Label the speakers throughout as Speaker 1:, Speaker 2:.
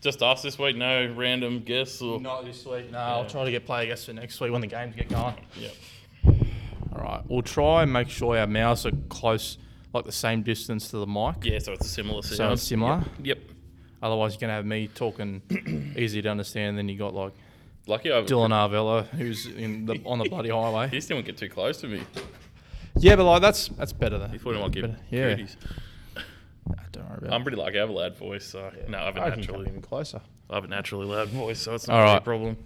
Speaker 1: Just us this week? No random guests? Or...
Speaker 2: Not this week. No,
Speaker 1: Yeah.
Speaker 2: I'll try to get play guests for next week when the games get going.
Speaker 1: Yep.
Speaker 2: All right. We'll try and make sure our mouths are close, like the same distance to the mic.
Speaker 1: Yeah, so it's a similar sound.
Speaker 2: So it's similar.
Speaker 1: Yep.
Speaker 2: Otherwise, you're gonna have me talking easy to understand. Then you got like
Speaker 1: Lucky I
Speaker 2: Dylan Arvella, who's in the on the bloody highway.
Speaker 1: He still won't get too close to me.
Speaker 2: Yeah, but like that's that's better though.
Speaker 1: He thought I might give
Speaker 2: Better- yeah.
Speaker 1: cooties.
Speaker 2: I don't worry about.
Speaker 1: I'm pretty lucky. I have a loud voice, so no, I have a
Speaker 2: I can come
Speaker 1: naturally,
Speaker 2: even closer.
Speaker 1: I have a naturally loud voice, so it's not
Speaker 2: All
Speaker 1: really a
Speaker 2: right.
Speaker 1: problem.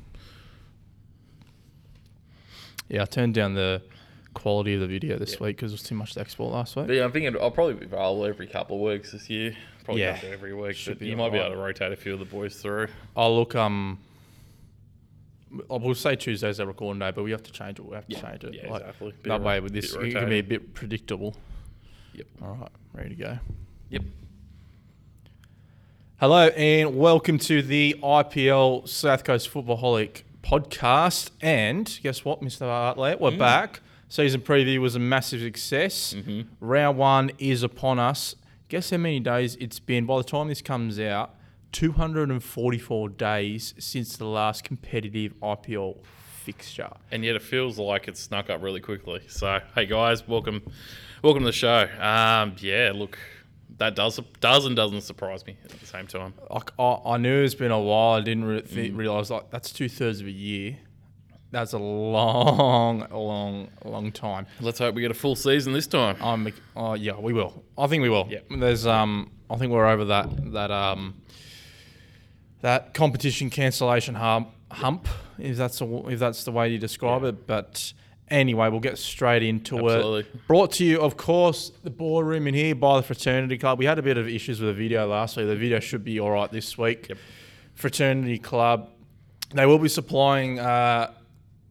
Speaker 2: Yeah, I turned down the quality of the video this week because it was too much to export last week.
Speaker 1: But yeah, I'm thinking I'll probably be available every couple of weeks this year. Probably
Speaker 2: Yeah.
Speaker 1: not do every week,
Speaker 2: Should
Speaker 1: but
Speaker 2: be
Speaker 1: you might be
Speaker 2: alright.
Speaker 1: able to rotate a few of the boys through.
Speaker 2: I'll look. Um, I will say Tuesday's our recording day, but we have to change it. We have to
Speaker 1: Yeah,
Speaker 2: change it.
Speaker 1: yeah, exactly. Bit
Speaker 2: That
Speaker 1: ro-
Speaker 2: way, with this,
Speaker 1: bit
Speaker 2: it can be a
Speaker 1: rotated.
Speaker 2: bit predictable.
Speaker 1: Yep.
Speaker 2: All right, ready to go.
Speaker 1: Yep.
Speaker 2: Hello and welcome to the IPL South Coast Footballholic podcast. And guess what, Mr. Bartlett,
Speaker 1: Mm.
Speaker 2: we're back. Season preview was a massive success.
Speaker 1: Mm-hmm.
Speaker 2: Round one is upon us. Guess how many days it's been? By the time this comes out, 244 days since the last competitive IPL fixture.
Speaker 1: And yet it feels like it snuck up really quickly. So hey guys, welcome, welcome to the show. Um, yeah, look, that does does and doesn't surprise me at the same time.
Speaker 2: Like I, I knew it's been a while. I didn't re- th- realize like that's two thirds of a year. That's a long, long, long time.
Speaker 1: Let's hope we get a full season this time.
Speaker 2: I'm. Oh yeah, we will. I think we will.
Speaker 1: Yep.
Speaker 2: There's. Um. I think we're over that. That. Um. That competition cancellation hump. Hump. If that's the, if that's the way you describe it. But anyway, we'll get straight into it.
Speaker 1: Absolutely.
Speaker 2: Brought to you, of course, the boardroom in here by the fraternity club. We had a bit of issues with the video last week. The video should be all right this week.
Speaker 1: Yep.
Speaker 2: Fraternity club. They will be supplying. Uh,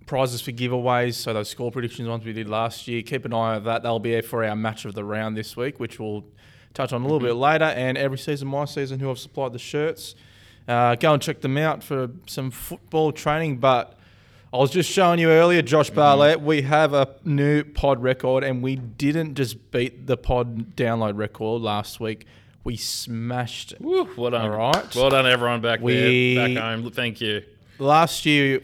Speaker 2: prizes for giveaways. So those score predictions ones we did last year. Keep an eye on that. They'll be there for our match of the round this week, which we'll touch on a little bit later. And every season, my season, who I've supplied the shirts. Uh, go and check them out for some football training. But I was just showing you earlier, Josh Barlett, we have a new pod record, and we didn't just beat the pod download record last week. We smashed it.
Speaker 1: Woo, well done.
Speaker 2: All right.
Speaker 1: Well done, everyone back
Speaker 2: We-
Speaker 1: there, back home. Thank you.
Speaker 2: last year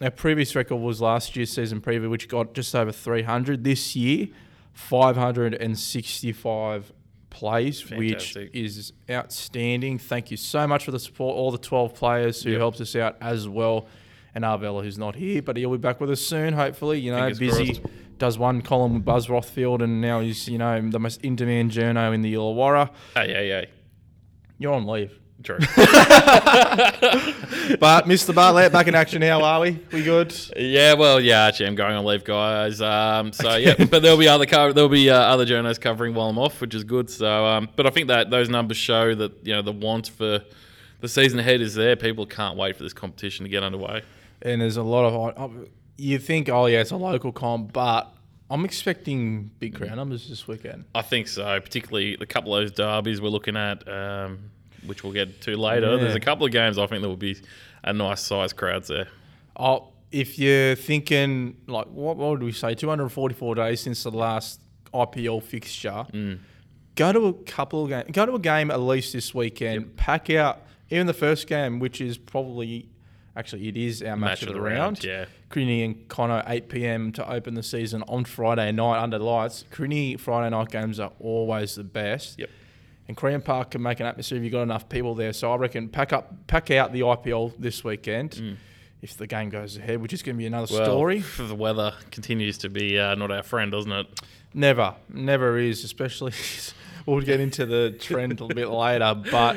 Speaker 2: our previous record was last year's season preview which got just over 300 this year 565 plays
Speaker 1: Fantastic.
Speaker 2: which is outstanding thank you so much for the support all the 12 players who helped us out as well and Arvella who's not here but he'll be back with us soon hopefully you know
Speaker 1: Fingers
Speaker 2: busy
Speaker 1: crossed.
Speaker 2: does one column with Buzz Rothfield and now he's you know the most in demand journo in the Illawarra
Speaker 1: Hey, hey, hey.
Speaker 2: you're on leave
Speaker 1: True.
Speaker 2: but Mr Bartlett back in action how are we we good
Speaker 1: yeah, well, yeah, actually, I'm going on leave, guys. Um, so yeah, but there'll be other co- there'll be uh, other journalists covering while I'm off, which is good. So, um, but I think that those numbers show that you know the want for the season ahead is there. People can't wait for this competition to get underway.
Speaker 2: and there's a lot of oh, you think oh yeah it's a local comp but i'm expecting big crowd numbers this weekend
Speaker 1: I think so, particularly the couple of those derbies we're looking at, um, which we'll get to later.
Speaker 2: Yeah.
Speaker 1: There's a couple of games I think there will be a nice size crowds there.
Speaker 2: oh if you're thinking like what, what would we say 244 days since the last ipl fixture go to a couple of games go to a game at least this weekend pack out even the first game which is probably actually it is our match, of, the, round,
Speaker 1: yeah.
Speaker 2: Crini and Connor, 8 p.m. to open the season on Friday night under lights. Crini Friday night games are always the best.
Speaker 1: Yep.
Speaker 2: And Korean Park can make an atmosphere if you've got enough people there. So I reckon pack up, pack out the IPL this weekend if the game goes ahead, which is going to be another
Speaker 1: Mm. Well,
Speaker 2: story.
Speaker 1: The weather continues to be uh, not our friend, doesn't it?
Speaker 2: Never, never is, especially we'll get into the trend a little bit later. But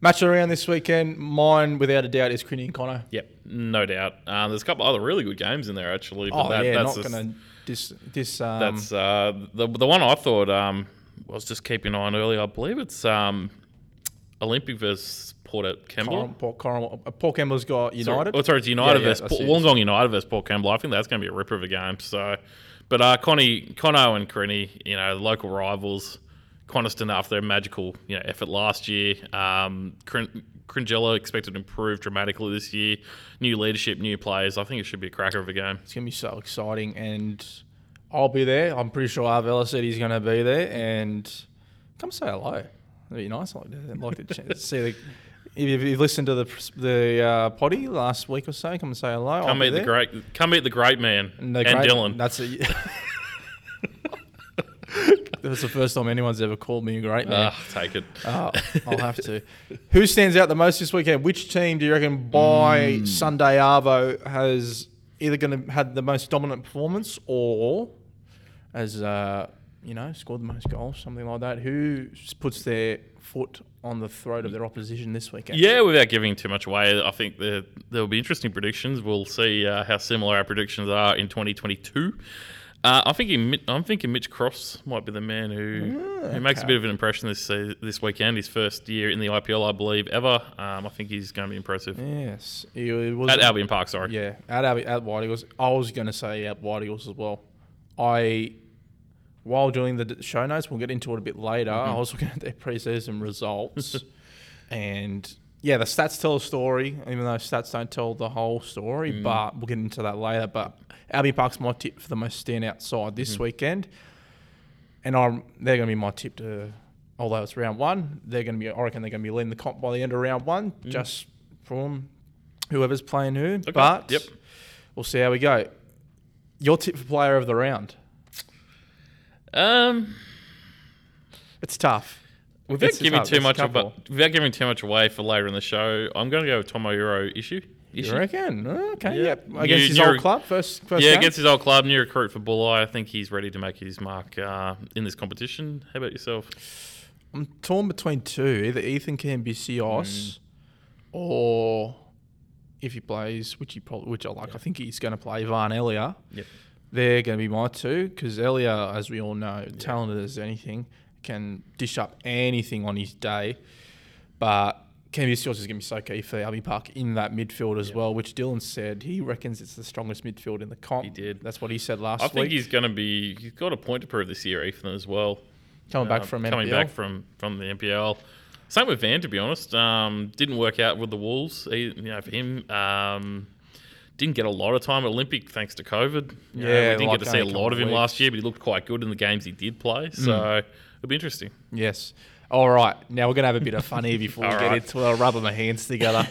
Speaker 2: match around this weekend, mine without a doubt is Crini and Connor.
Speaker 1: Yep, no doubt. Um, there's a couple other really good games in there actually. But
Speaker 2: Oh
Speaker 1: that,
Speaker 2: yeah,
Speaker 1: that's
Speaker 2: not
Speaker 1: just-
Speaker 2: going to dis dis. Um,
Speaker 1: that's uh, the the one I thought um, I was just keeping an eye on earlier. I believe it's um, Olympic versus Port at Kembla.
Speaker 2: Coram- Port, Coram- uh, Port Kembla's got
Speaker 1: Sorry,
Speaker 2: United.
Speaker 1: oh, sorry, it's United
Speaker 2: Yeah, yeah,
Speaker 1: versus
Speaker 2: I
Speaker 1: Port,
Speaker 2: see.
Speaker 1: Wollongong United versus Port Campbell. I think that's going to be a ripper of a game. So, but uh, Connie, Conno, and Crenny, you know, local rivals. Coniston after their magical, you know, effort last year. Um, Crin- Cringella expected to improve dramatically this year. New leadership, new players. I think it should be a cracker of a game.
Speaker 2: It's gonna be so exciting, and I'll be there. I'm pretty sure Arvella said he's gonna be there, and come say hello. It'd be nice like to, like to ch- see the. If you've- you've listened to the pres- the uh, potty last week or so, come and say hello. I'll
Speaker 1: Come
Speaker 2: be
Speaker 1: meet the
Speaker 2: there.
Speaker 1: great, come meet the great man and,
Speaker 2: And the great-
Speaker 1: Dylan.
Speaker 2: That's a, that's the first time anyone's ever called me a great man.
Speaker 1: Ah, take it.
Speaker 2: Oh, I'll have to. Who stands out the most this weekend? Which team do you reckon by
Speaker 1: Hmm.
Speaker 2: Sunday Arvo has either going to had the most dominant performance or has uh, you know scored the most goals, something like that? Who s- puts their foot on the throat of their opposition this weekend?
Speaker 1: Yeah, without giving too much away, I think that there will be interesting predictions. We'll see uh, how similar our predictions are in 2022. Uh, I think he, I'm thinking Mitch Cross might be the man who,
Speaker 2: Mm,
Speaker 1: who makes a bit of an impression this se- this weekend. His first year in the IPL, I believe, ever. Um, I think he's going to be impressive
Speaker 2: Yes, it it was
Speaker 1: at Albion Park. Sorry,
Speaker 2: Yeah, at Ab- at White Eagles. I was going to say at White Eagles as well. I, while doing the d- show notes, we'll get into it a bit later.
Speaker 1: Mm-hmm.
Speaker 2: I was looking at their preseason results, and yeah, the stats tell a story, even though stats don't tell the whole story.
Speaker 1: Mm.
Speaker 2: But we'll get into that later. But Albion Park's my tip for the most standout side this
Speaker 1: Mm-hmm.
Speaker 2: weekend, and I'm they're going to be my tip to. Although it's round one, they're going to be. I reckon they're going to be leading the comp by the end of round one,
Speaker 1: Mm.
Speaker 2: just from whoever's playing who. But
Speaker 1: yep.
Speaker 2: we'll see how we go. Your tip for player of the round.
Speaker 1: Um,
Speaker 2: It's tough.
Speaker 1: without
Speaker 2: It's
Speaker 1: giving
Speaker 2: tough.
Speaker 1: too
Speaker 2: There's a
Speaker 1: much,
Speaker 2: couple.
Speaker 1: about, without giving too much away for later in the show, I'm going to go with Tomohiro issue.
Speaker 2: You reckon? Uh, Okay, yep.
Speaker 1: You-
Speaker 2: Against his
Speaker 1: you're-
Speaker 2: old club, first, first
Speaker 1: Yeah,
Speaker 2: game?
Speaker 1: against his old club, new recruit for Bull Eye. I think he's ready to make his mark uh, in this competition. How about yourself?
Speaker 2: I'm torn between two. Either Ethan
Speaker 1: Mm.
Speaker 2: Cambusios or if he plays, which he probably, which I like, I think he's going to play Van Elia.
Speaker 1: Yep.
Speaker 2: They're going to be my two because Elia, as we all know, talented as anything, can dish up anything on his day. But Cambusios is going to be so key for Albion Park in that midfield as well, which Dylan said he reckons it's the strongest midfield in the comp. He
Speaker 1: did.
Speaker 2: That's what he said last
Speaker 1: I
Speaker 2: week.
Speaker 1: think he's going to be. He's got a point to prove this year, Ethan, as well.
Speaker 2: coming back
Speaker 1: Um,
Speaker 2: from
Speaker 1: coming
Speaker 2: NPL.
Speaker 1: back from from the NPL. Same with Van, to be honest. Um, didn't work out with the Wolves. He, you know, for him, um, didn't get a lot of time at Olympic thanks to COVID. You know,
Speaker 2: Yeah,
Speaker 1: we didn't
Speaker 2: like
Speaker 1: get to see a
Speaker 2: only a
Speaker 1: lot of him
Speaker 2: couple of Mm.
Speaker 1: last year, but he looked quite good in the games he did play. So it'll be interesting.
Speaker 2: Yes. All right. Now we're going to have a bit of fun here before we
Speaker 1: All
Speaker 2: get
Speaker 1: right.
Speaker 2: into our rubbing my hands together.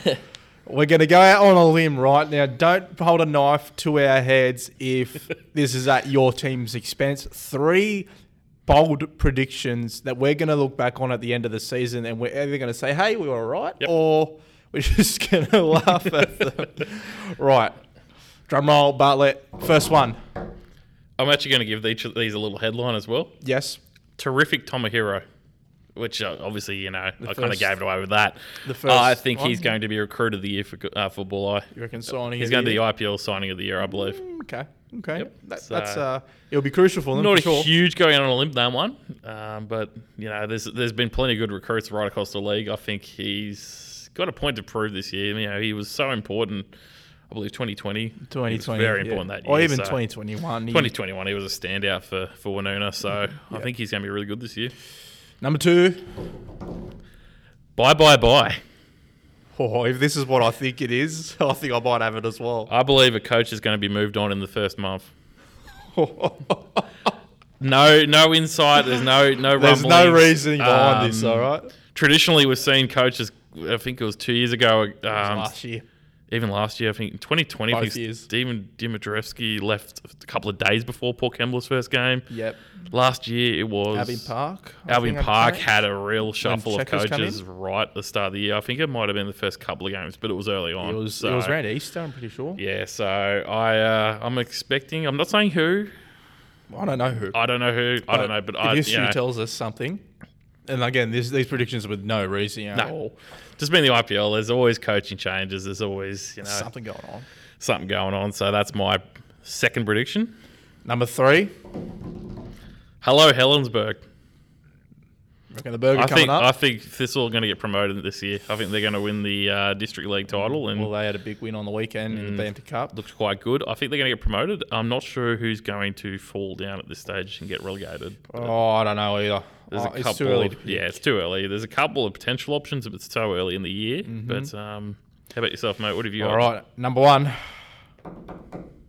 Speaker 2: we're going to go out on a limb right now. Don't hold a knife to our heads if this is at your team's expense. Three bold predictions that we're going to look back on at the end of the season and we're either going to say, hey, we were right,
Speaker 1: Yep.
Speaker 2: or we're just going to laugh at them. Right. Drum roll, Bartlett. First one.
Speaker 1: I'm actually going to give each of these a little headline as well.
Speaker 2: Yes.
Speaker 1: terrific Tomohiro, which uh, obviously you know I kind of
Speaker 2: first-
Speaker 1: gave it away with that.
Speaker 2: the
Speaker 1: Uh, I
Speaker 2: first
Speaker 1: think he's
Speaker 2: one?
Speaker 1: going to be recruit of the year for uh, for Bull Eye.
Speaker 2: You reckon signing?
Speaker 1: He's
Speaker 2: of
Speaker 1: going to
Speaker 2: the
Speaker 1: be
Speaker 2: year?
Speaker 1: the IPL signing of the year, I believe.
Speaker 2: Mm, Okay. Okay.
Speaker 1: Yep.
Speaker 2: That,
Speaker 1: So-
Speaker 2: that's uh, it'll be crucial for them.
Speaker 1: Not
Speaker 2: for
Speaker 1: a
Speaker 2: Mm, sure.
Speaker 1: huge going on a limb that one, um, but you know there's there's been plenty of good recruits right across the league. I think he's got a point to prove this year. You know he was so important. I believe 2020. He was
Speaker 2: 2020,
Speaker 1: very
Speaker 2: yeah.
Speaker 1: important that year.
Speaker 2: or even
Speaker 1: so-
Speaker 2: 2021.
Speaker 1: 2021, he was a standout for for Winona, so I think he's going to be really good this year.
Speaker 2: Number two.
Speaker 1: Bye bye bye.
Speaker 2: Oh, if this is what I think it is, I think I might have it as well.
Speaker 1: I believe a coach is going to be moved on in the first month. Uh, No, no insight. There's no no.
Speaker 2: There's no
Speaker 1: rumblings.
Speaker 2: reasoning behind this.
Speaker 1: Um,
Speaker 2: All right.
Speaker 1: Traditionally, we've seen coaches. I think it was two years ago. Um,
Speaker 2: Last year.
Speaker 1: even last year, I think in 2020. I
Speaker 2: Both
Speaker 1: think
Speaker 2: years.
Speaker 1: Steven Dimitrevsky left a couple of days before Paul Kembla's first game.
Speaker 2: Yep.
Speaker 1: Last year, it was
Speaker 2: Albion Park. I
Speaker 1: Albion
Speaker 2: think I'm
Speaker 1: Park
Speaker 2: correct.
Speaker 1: had a real shuffle of
Speaker 2: Checkers come in?
Speaker 1: coaches right at the start of the year. I think it might have been the first couple of games, but it was early on.
Speaker 2: It was
Speaker 1: so-
Speaker 2: it was around Easter. I'm pretty sure.
Speaker 1: Yeah, so I uh, I'm expecting. I'm not saying who.
Speaker 2: I don't know who.
Speaker 1: I don't know who. I don't know, but
Speaker 2: if
Speaker 1: I
Speaker 2: history
Speaker 1: you know,
Speaker 2: tells us something. And again, this, these predictions with no reasoning at
Speaker 1: No.
Speaker 2: all.
Speaker 1: just being the IPL, there's always coaching changes. There's always you know something.
Speaker 2: Something going on.
Speaker 1: going on. So that's my second prediction.
Speaker 2: Number three.
Speaker 1: Hello, Helensburg.
Speaker 2: Reckon the burger
Speaker 1: I
Speaker 2: coming
Speaker 1: think
Speaker 2: up.
Speaker 1: I think Thistle are going to get promoted this year. I think they're going to win the uh, district league title and
Speaker 2: Mm, Well, they had a big win on the weekend
Speaker 1: Mm.
Speaker 2: in the Banter Cup.
Speaker 1: looked quite good. I think they're going to get promoted. I'm not sure who's going to fall down at this stage and get relegated.
Speaker 2: Oh, I don't know either.
Speaker 1: There's
Speaker 2: Oh,
Speaker 1: a couple.
Speaker 2: it's too early. to
Speaker 1: of-
Speaker 2: pick.
Speaker 1: yeah, it's too early. There's a couple of potential options, but it's so early in the year. But um, how about yourself, mate? What have you?
Speaker 2: Mm-hmm. All
Speaker 1: got?
Speaker 2: right, number one.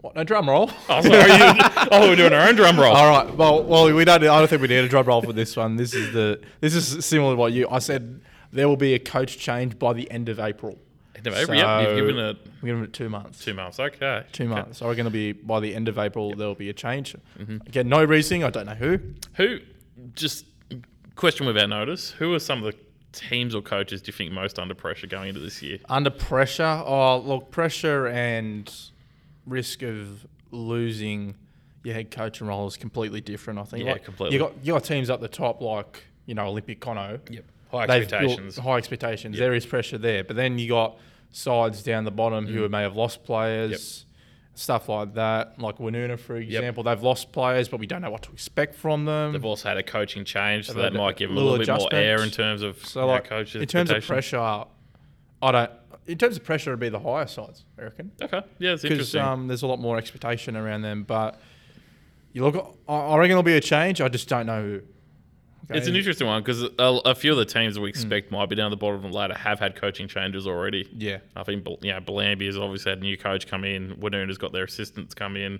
Speaker 2: What? No drum roll.
Speaker 1: Oh, sorry. you- oh, we're doing our own drum roll.
Speaker 2: All right. Well, well, we don't. I don't think we need a drum roll for this one. This is the. This is similar to what you. I said there will be a coach change by the end of April.
Speaker 1: End of April, yep, you've
Speaker 2: So-
Speaker 1: given it
Speaker 2: We're giving it two months.
Speaker 1: two months. Okay.
Speaker 2: Two months. So we're going to be by the end of April. There will be a change.
Speaker 1: Mm-hmm.
Speaker 2: Again, no reasoning. I don't know who.
Speaker 1: Who, just question without notice, who are some of the teams or coaches do you think most under pressure going into this year?
Speaker 2: Under pressure. Oh, look, pressure and risk of losing your head coaching role is completely different. I think.
Speaker 1: Yeah,
Speaker 2: Like,
Speaker 1: completely.
Speaker 2: You got you got teams up the top like you know Olympic Cono.
Speaker 1: Yep. High
Speaker 2: They've built
Speaker 1: expectations.
Speaker 2: High expectations. There is pressure there, but then you got sides down the bottom
Speaker 1: Mm.
Speaker 2: who may have lost players. Stuff like that, like Winuna, for example, they've lost players, but we don't know what to expect from them.
Speaker 1: They've also had a coaching change, so
Speaker 2: They've
Speaker 1: that
Speaker 2: had a
Speaker 1: might give them a
Speaker 2: little
Speaker 1: little bit more
Speaker 2: adjustment.
Speaker 1: air in terms of
Speaker 2: So like
Speaker 1: coaches.
Speaker 2: in terms of
Speaker 1: expectations.
Speaker 2: pressure, I don't. In terms of pressure, it'd be the higher sides, I reckon,
Speaker 1: Okay. Yeah, it's
Speaker 2: because
Speaker 1: interesting.
Speaker 2: um, there's a lot more expectation around them. But you look, I I reckon there'll be a change. I just don't know who. Okay?
Speaker 1: It's an interesting one because a, a few of the teams
Speaker 2: Hmm.
Speaker 1: we expect might be down the bottom of the ladder have had coaching changes already.
Speaker 2: Yeah,
Speaker 1: I think Bel- you know Blamby has obviously had a new coach come in. Winona's got their assistants come in.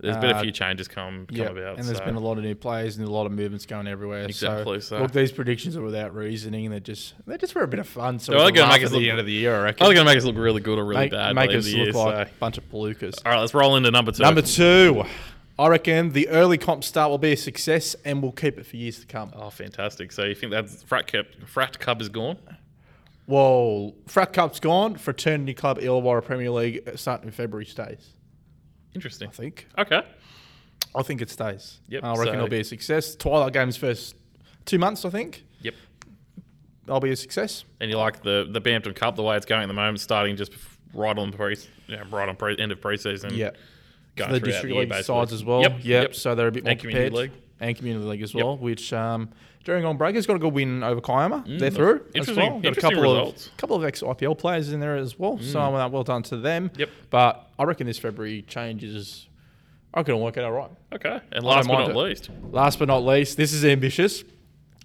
Speaker 1: There's been a
Speaker 2: Uh,
Speaker 1: few changes come come
Speaker 2: yeah.
Speaker 1: about.
Speaker 2: and there's
Speaker 1: so-
Speaker 2: been a lot of new players and a lot of movements going everywhere.
Speaker 1: Exactly,
Speaker 2: So,
Speaker 1: so-
Speaker 2: look, these predictions are without reasoning. They're just they're just for a bit of fun. So
Speaker 1: They're
Speaker 2: we
Speaker 1: all
Speaker 2: can
Speaker 1: gonna
Speaker 2: laugh
Speaker 1: make us
Speaker 2: at the
Speaker 1: look-
Speaker 2: end of the year, I reckon.
Speaker 1: Either going to make us look really good or really
Speaker 2: make,
Speaker 1: bad.
Speaker 2: make
Speaker 1: by the
Speaker 2: us
Speaker 1: end of the
Speaker 2: look
Speaker 1: year,
Speaker 2: like
Speaker 1: so-
Speaker 2: a bunch of palookas.
Speaker 1: All right, let's roll into number two.
Speaker 2: Number two, I reckon the early comp start will be a success and we'll keep it for years to come.
Speaker 1: Oh, fantastic! So you think that's frat cup? Frat cup is gone.
Speaker 2: Well, frat cup's gone. Fraternity club Illawarra Premier League uh, starting in February stays.
Speaker 1: Interesting.
Speaker 2: I think.
Speaker 1: Okay.
Speaker 2: I think it stays.
Speaker 1: Yep,
Speaker 2: I reckon
Speaker 1: so-
Speaker 2: it'll be a success. Twilight Games first two months, I think.
Speaker 1: Yep.
Speaker 2: I'll be a success.
Speaker 1: And you like the the Bampton Cup the way it's going at the moment, starting just bef- right on pre, yeah, right on pre, end of preseason.
Speaker 2: Yeah.
Speaker 1: Mm. going
Speaker 2: the
Speaker 1: throughout
Speaker 2: district
Speaker 1: year,
Speaker 2: league
Speaker 1: basically.
Speaker 2: sides as well.
Speaker 1: Yep.
Speaker 2: Yep. So they're a bit more
Speaker 1: And community
Speaker 2: prepared.
Speaker 1: league.
Speaker 2: And community league as
Speaker 1: Yep.
Speaker 2: well, which um, Gerringong Breakers got a good win over Kiama. they're through as
Speaker 1: Mm. interesting-
Speaker 2: well. Got a
Speaker 1: interesting
Speaker 2: couple
Speaker 1: results. Mm.
Speaker 2: of couple of ex IPL players in there as well. So uh, well done to them.
Speaker 1: Yep.
Speaker 2: But I reckon this February changes. I reckon it'll work out all right.
Speaker 1: Okay. And last but
Speaker 2: mind
Speaker 1: not
Speaker 2: it.
Speaker 1: least,
Speaker 2: Last but not least, this is ambitious.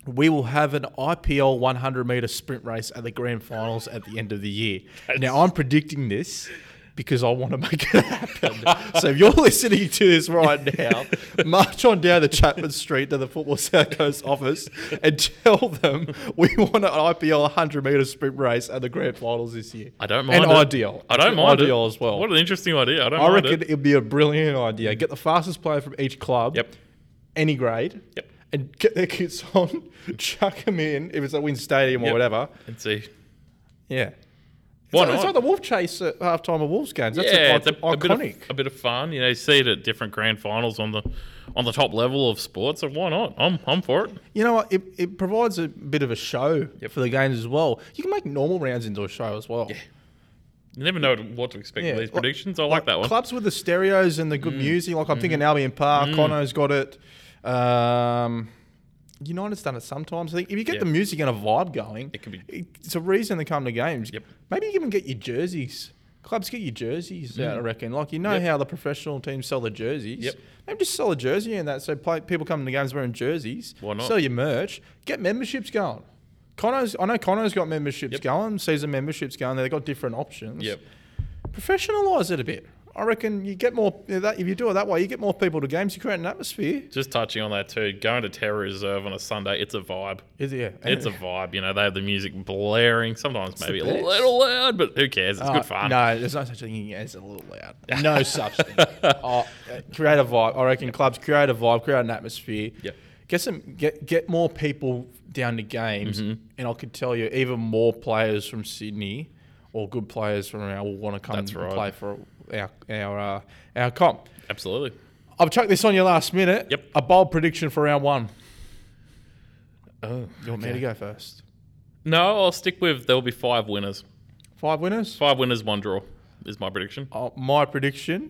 Speaker 2: We will have an IPL 100 meter sprint race at the grand finals at the end of the year. Now, I'm predicting this because I want to make it happen. so, if you're listening to this right now, march on down the Chapman Street to the Football South Coast office and tell them we want an IPL 100 meter sprint race at the grand finals this year.
Speaker 1: I don't mind
Speaker 2: And
Speaker 1: it.
Speaker 2: ideal.
Speaker 1: I don't mind
Speaker 2: ideal
Speaker 1: it.
Speaker 2: as well.
Speaker 1: What an interesting idea. I don't
Speaker 2: I
Speaker 1: mind
Speaker 2: reckon
Speaker 1: it.
Speaker 2: it. would be a brilliant idea. Get the fastest player from each club.
Speaker 1: Yep.
Speaker 2: Any grade.
Speaker 1: Yep.
Speaker 2: And get their kits on, chuck them in if it's at Wynn Stadium or
Speaker 1: Yep.
Speaker 2: whatever.
Speaker 1: And see. Why
Speaker 2: Yeah. it's, like,
Speaker 1: not?
Speaker 2: it's like the Wolf Chase at halftime of Wolves games. That's
Speaker 1: yeah,
Speaker 2: yeah,
Speaker 1: it's a, a bit of,
Speaker 2: iconic.
Speaker 1: a bit of fun. You know, you see it at different grand finals on the on the top level of sports. So why not? I'm I'm for it.
Speaker 2: you know what? It, it provides a bit of a show for the games as well. You can make normal rounds into a show as well. Yeah.
Speaker 1: You never know what to expect
Speaker 2: Yeah,
Speaker 1: with these
Speaker 2: like-
Speaker 1: predictions. I like that one. Mm.
Speaker 2: Clubs with the stereos and the good music. Like I'm thinking Albion Park, Cono's got it. Um, United's done it sometimes. I think if you get
Speaker 1: Yeah.
Speaker 2: the music and a vibe going,
Speaker 1: It could be-
Speaker 2: It's a reason to come to games.
Speaker 1: Yep.
Speaker 2: Maybe you can even get your jerseys. Clubs get your jerseys out. I reckon. Like you know
Speaker 1: Mm. Yep.
Speaker 2: how the professional teams sell the jerseys.
Speaker 1: Yep.
Speaker 2: Maybe just sell a jersey and that. So play, people come to games wearing jerseys.
Speaker 1: Why not?
Speaker 2: Sell your merch. Get memberships going. Cono's, I know Cono's got memberships
Speaker 1: Yep.
Speaker 2: going, season memberships going. They've got different options
Speaker 1: Yep.
Speaker 2: professionalise it a bit. I reckon you get more you know, that if you do it that way, you get more people to games. You create an atmosphere.
Speaker 1: Just touching on that too, going to Terror Reserve on a Sunday, it's a vibe.
Speaker 2: Is it? Yeah,
Speaker 1: It's a vibe, you know. They have the music blaring, sometimes maybe a
Speaker 2: best. Uh,
Speaker 1: little loud, but who cares? It's good fun.
Speaker 2: No, there's no such thing as a little loud. No such thing. Oh, uh, create a vibe. I reckon clubs create a vibe, create an atmosphere.
Speaker 1: Yep.
Speaker 2: Get some get get more people down to games,
Speaker 1: Mm-hmm.
Speaker 2: and I could tell you even more players from Sydney or good players from around will want to come
Speaker 1: That's
Speaker 2: and
Speaker 1: right.
Speaker 2: play for our our uh, our comp.
Speaker 1: Absolutely.
Speaker 2: I've chucked this on you last minute.
Speaker 1: Yep.
Speaker 2: A bold prediction for round one.
Speaker 1: Oh,
Speaker 2: You want me to go first?
Speaker 1: No, I'll stick with there'll be five winners.
Speaker 2: Five winners.
Speaker 1: Five winners, one draw is my prediction.
Speaker 2: Uh, my prediction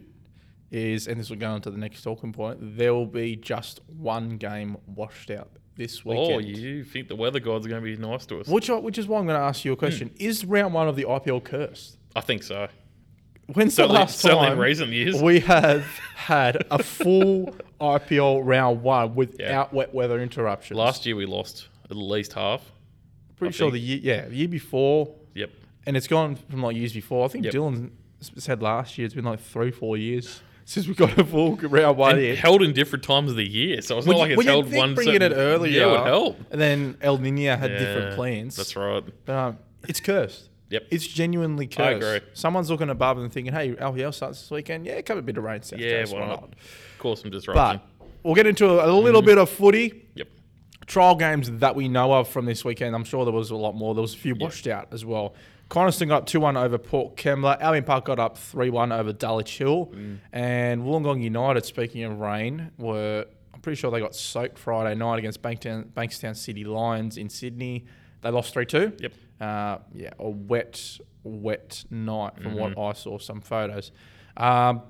Speaker 2: is, and this will go on to the next talking point, there will be just one game washed out this
Speaker 1: Oh,
Speaker 2: weekend.
Speaker 1: you think the weather gods are going to be nice to us?
Speaker 2: Which, I- which is why I'm going to ask you a question. Is round one of the IPL cursed?
Speaker 1: I think so.
Speaker 2: When's
Speaker 1: Certainly,
Speaker 2: the last
Speaker 1: certainly
Speaker 2: time
Speaker 1: in recent years.
Speaker 2: we have had a full IPL round one without wet weather interruptions?
Speaker 1: Last year we lost at least half.
Speaker 2: Pretty
Speaker 1: I
Speaker 2: sure
Speaker 1: think-
Speaker 2: the year, yeah, the year before,
Speaker 1: Yep.
Speaker 2: and it's gone from like years before. I think
Speaker 1: Yep.
Speaker 2: Dylan s- said last year it's been like three, four years Since we got a full round one
Speaker 1: And
Speaker 2: here.
Speaker 1: held in different times of the year, so it's not like it's
Speaker 2: well, you'd
Speaker 1: held
Speaker 2: think
Speaker 1: one.
Speaker 2: bringing
Speaker 1: certain-
Speaker 2: it earlier
Speaker 1: yeah, it would help.
Speaker 2: And then El Nino had
Speaker 1: Yeah,
Speaker 2: different plans.
Speaker 1: That's right.
Speaker 2: But um, it's cursed.
Speaker 1: Yep.
Speaker 2: It's genuinely cursed.
Speaker 1: I agree.
Speaker 2: Someone's looking at Barber and thinking, hey, LPL starts this weekend. Yeah, come a bit of rain. South
Speaker 1: Yeah,
Speaker 2: Coast,
Speaker 1: why not? Mm-hmm. Cause some disruption.
Speaker 2: But we'll get into a, a little bit of footy.
Speaker 1: yep.
Speaker 2: Trial games that we know of from this weekend. I'm sure there was a lot more. There was a few washed out as well. Coniston got 2 1 over Port Kembla. Albion Park got up 3 1 over Dulwich Hill. And Wollongong United, speaking of rain, were, I'm pretty sure they got soaked Friday night against Banktown, Bankstown City Lions in Sydney. They lost 3 2.
Speaker 1: Yep.
Speaker 2: Uh, yeah, a wet, wet night from what I saw, some photos. Um,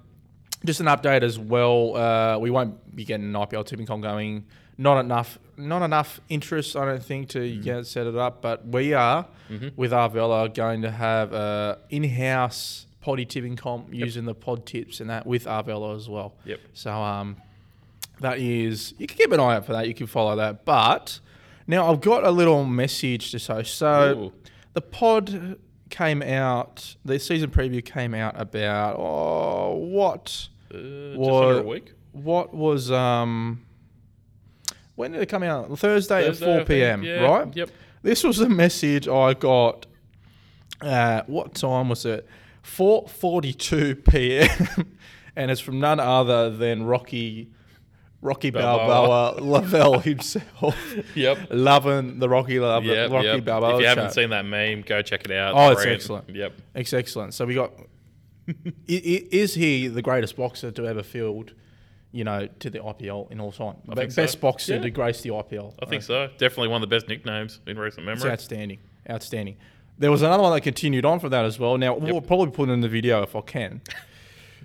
Speaker 2: just an update as well. Uh, we won't be getting an IPL tipping con going. Not enough, not enough interest, I don't think, to get it set it up. But we are with Arvella going to have a in-house potty tipping comp using the pod tips and that with Arvella as well.
Speaker 1: Yep. Uh,
Speaker 2: So um, that is you can keep an eye out for that. You can follow that. But now I've got a little message to say. So
Speaker 1: Ooh.
Speaker 2: the pod came out. The season preview came out about oh what
Speaker 1: Uh, just
Speaker 2: Well,
Speaker 1: under a week.
Speaker 2: what was um when did it come out?
Speaker 1: Thursday,
Speaker 2: Thursday,
Speaker 1: I
Speaker 2: at four
Speaker 1: think.
Speaker 2: p.m.
Speaker 1: Yeah,
Speaker 2: Right.
Speaker 1: Yep.
Speaker 2: This was a message I got. At what time was it? Four forty-two p.m. and it's from none other than Rocky, Rocky
Speaker 1: Balboa.
Speaker 2: Balboa, Lavelle himself.
Speaker 1: Yep.
Speaker 2: loving the Rocky, love,
Speaker 1: Yep,
Speaker 2: Rocky
Speaker 1: yep.
Speaker 2: Balboa.
Speaker 1: If you haven't
Speaker 2: chat.
Speaker 1: seen that meme, go check it out.
Speaker 2: Oh, it's
Speaker 1: Brilliant.
Speaker 2: excellent.
Speaker 1: Yep.
Speaker 2: It's excellent. So we got. I- i- is he the greatest boxer to ever field, you know, to the IPL in all time? Be-
Speaker 1: think
Speaker 2: Best
Speaker 1: so.
Speaker 2: boxer
Speaker 1: Yeah.
Speaker 2: to grace the IPL.
Speaker 1: I think so. Definitely one of the best nicknames in recent
Speaker 2: It's
Speaker 1: memory.
Speaker 2: outstanding. Outstanding. There was another one that continued on from that as well. Now, we'll probably put it in the video if I can.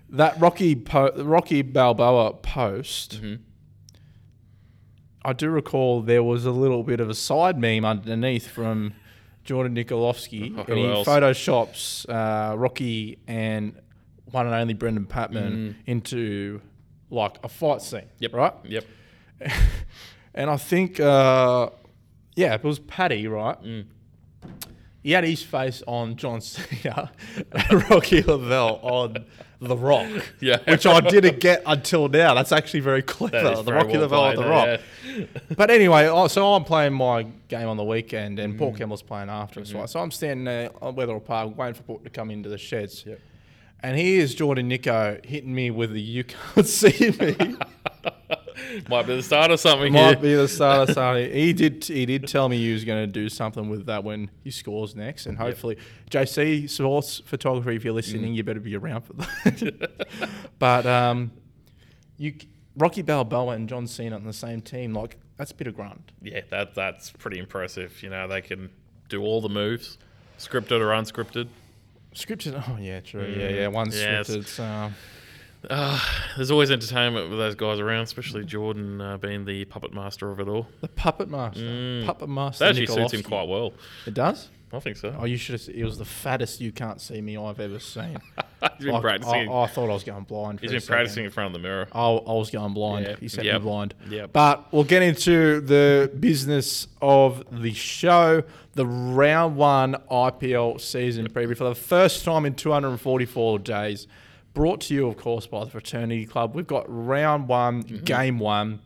Speaker 2: That Rocky po- Rocky Balboa post,
Speaker 1: Mm-hmm.
Speaker 2: I do recall there was a little bit of a side meme underneath from Jordan Nikolovsky.
Speaker 1: Oh, who
Speaker 2: and he
Speaker 1: else?
Speaker 2: photoshops uh, Rocky and one and only Brendan Patman into like a fight scene.
Speaker 1: Mm-hmm. Yep.
Speaker 2: Right?
Speaker 1: Yep.
Speaker 2: And I think, uh, yeah, it was Paddy, right?
Speaker 1: Mm.
Speaker 2: He had his face on John Cena and Rocky Lavelle on The Rock,
Speaker 1: Yeah.
Speaker 2: which I didn't get until now. That's actually very clever.
Speaker 1: That is
Speaker 2: the
Speaker 1: very
Speaker 2: Rocky
Speaker 1: well
Speaker 2: Lavelle on
Speaker 1: played,
Speaker 2: The
Speaker 1: uh,
Speaker 2: Rock.
Speaker 1: yeah.
Speaker 2: But anyway, oh, so I'm playing my game on the weekend, and
Speaker 1: Mm.
Speaker 2: Paul Campbell's playing after
Speaker 1: Mm-hmm.
Speaker 2: us. Right? So I'm standing there on Weatherall Park waiting for Paul to come into the sheds.
Speaker 1: Yep.
Speaker 2: And here's Jordan Nico hitting me with the you can't see me.
Speaker 1: Might be the start of something
Speaker 2: Might
Speaker 1: here.
Speaker 2: be the start of something. He did. He did tell me he was going to do something with that when he scores next, and hopefully, JC Sports Photography, if you're
Speaker 1: Mm.
Speaker 2: listening, you better be around for that. but um, you, Rocky Balboa and John Cena on the same team, like that's a bit of grunt.
Speaker 1: Yeah, that that's pretty impressive. You know, they can do all the moves, scripted or unscripted.
Speaker 2: Scripted. Oh yeah, true. Yeah, yeah. One
Speaker 1: Yes.
Speaker 2: scripted. So.
Speaker 1: There's always entertainment with those guys around, especially Jordan uh, being the puppet master of it all.
Speaker 2: The puppet master. Puppet master.
Speaker 1: Mm. That actually suits him
Speaker 2: Nikolovsky.
Speaker 1: quite well.
Speaker 2: It does.
Speaker 1: I think so.
Speaker 2: Oh, you should have. It was the fattest you can't see me I've ever seen.
Speaker 1: He's been
Speaker 2: I,
Speaker 1: practicing.
Speaker 2: I, I thought I was going blind. For
Speaker 1: He's
Speaker 2: a
Speaker 1: been
Speaker 2: second.
Speaker 1: practicing in front of the mirror.
Speaker 2: I, I was going blind.
Speaker 1: Yeah.
Speaker 2: You set
Speaker 1: Yep.
Speaker 2: me blind.
Speaker 1: Yep.
Speaker 2: But we'll get into the business of the show, the round one IPL season preview for the first time in 244 days. Brought to you, of course, by the Fraternity Club. We've got round one,
Speaker 1: Mm-hmm.
Speaker 2: game one,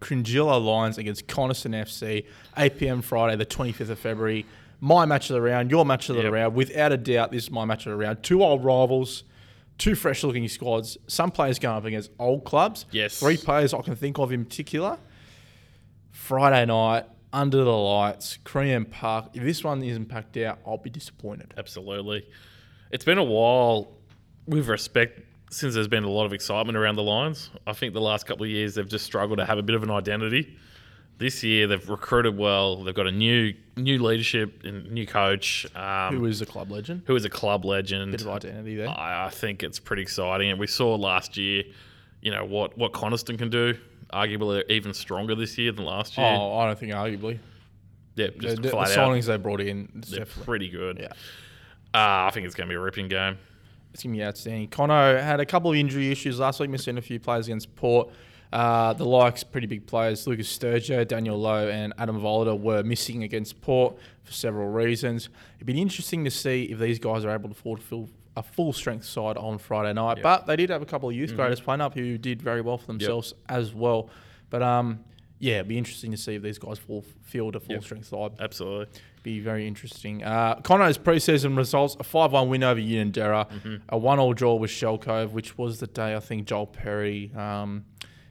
Speaker 2: Cringilla Lions against Coniston FC, 8 p.m. Friday, the 25th of February. My match of the round, your match of the
Speaker 1: Yep.
Speaker 2: round. Without a doubt, this is my match of the round. Two old rivals, two fresh looking squads, some players going up against old clubs.
Speaker 1: Yes.
Speaker 2: Three players I can think of in particular. Friday night, under the lights, Korean Park. If this one isn't packed out, I'll be disappointed.
Speaker 1: Absolutely. It's been a while with respect since there's been a lot of excitement around the Lions. I think the last couple of years they've just struggled to have a bit of an identity. This year they've recruited well. They've got a new new leadership and new coach um, uh,
Speaker 2: Who is the club legend?
Speaker 1: who is a club legend.
Speaker 2: Bit of identity there.
Speaker 1: I, I think it's pretty exciting, and we saw last year, you know what what Coniston can do. Arguably, they're even stronger this year than last year.
Speaker 2: Oh, I don't think arguably.
Speaker 1: yeah,
Speaker 2: The,
Speaker 1: just
Speaker 2: the, the
Speaker 1: flat out,
Speaker 2: signings they brought in, it's
Speaker 1: they're
Speaker 2: definitely.
Speaker 1: pretty good.
Speaker 2: Yeah.
Speaker 1: Uh, I think it's going to be a ripping game.
Speaker 2: It's going to be outstanding. Cono had a couple of injury issues last week, missing a few players against Port. Uh, the likes, pretty big players, Lucas Sturger, Daniel Lowe, and Adam Volder were missing against Port for several reasons. It'd be interesting to see if these guys are able to fulfill, a full strength side on Friday night. But they did have a couple of youth graders playing up who did very well for themselves as well. But um, yeah, it'd be interesting to see if these guys full field a full strength side.
Speaker 1: Absolutely.
Speaker 2: Be very interesting. Uh, Conroe's preseason results: a five-one win over Unandera, a one-all draw with Shell Cove, which was the day I think Joel Perry um,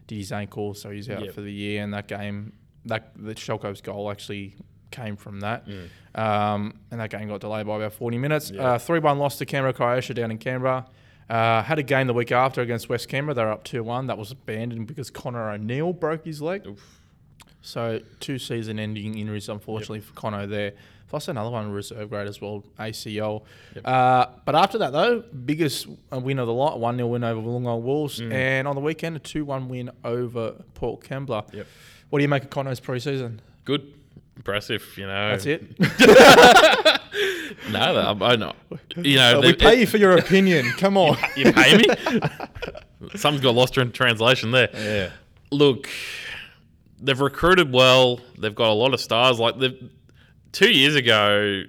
Speaker 2: did his ankle, so he's out
Speaker 1: Yep.
Speaker 2: for the year. And that game, that the Shell Cove's goal actually came from that, um, and that game got delayed by about forty minutes. Uh, Three-one loss to Canberra Croatia down in Canberra. Uh, had a game the week after against West Canberra. They were up two-one. That was abandoned because Connor O'Neill broke his leg. So two season-ending injuries, unfortunately, for Cono there. Plus another one reserve grade as well, ACL. Uh, but after that though, biggest uh, win of the lot, one 0 win over Wollongong Wolves, and on the weekend a two one win over Port Kembla.
Speaker 1: Yep.
Speaker 2: What do you make of Cono's preseason?
Speaker 1: Good. Impressive, you know.
Speaker 2: That's it. Uh,
Speaker 1: No, that- I, I know. You know,
Speaker 2: we
Speaker 1: the-
Speaker 2: pay you for your opinion. Come on.
Speaker 1: You pay me? Something's got lost in translation there.
Speaker 2: Yeah.
Speaker 1: Look, they've recruited well. They've got a lot of stars. Like they've, two years ago,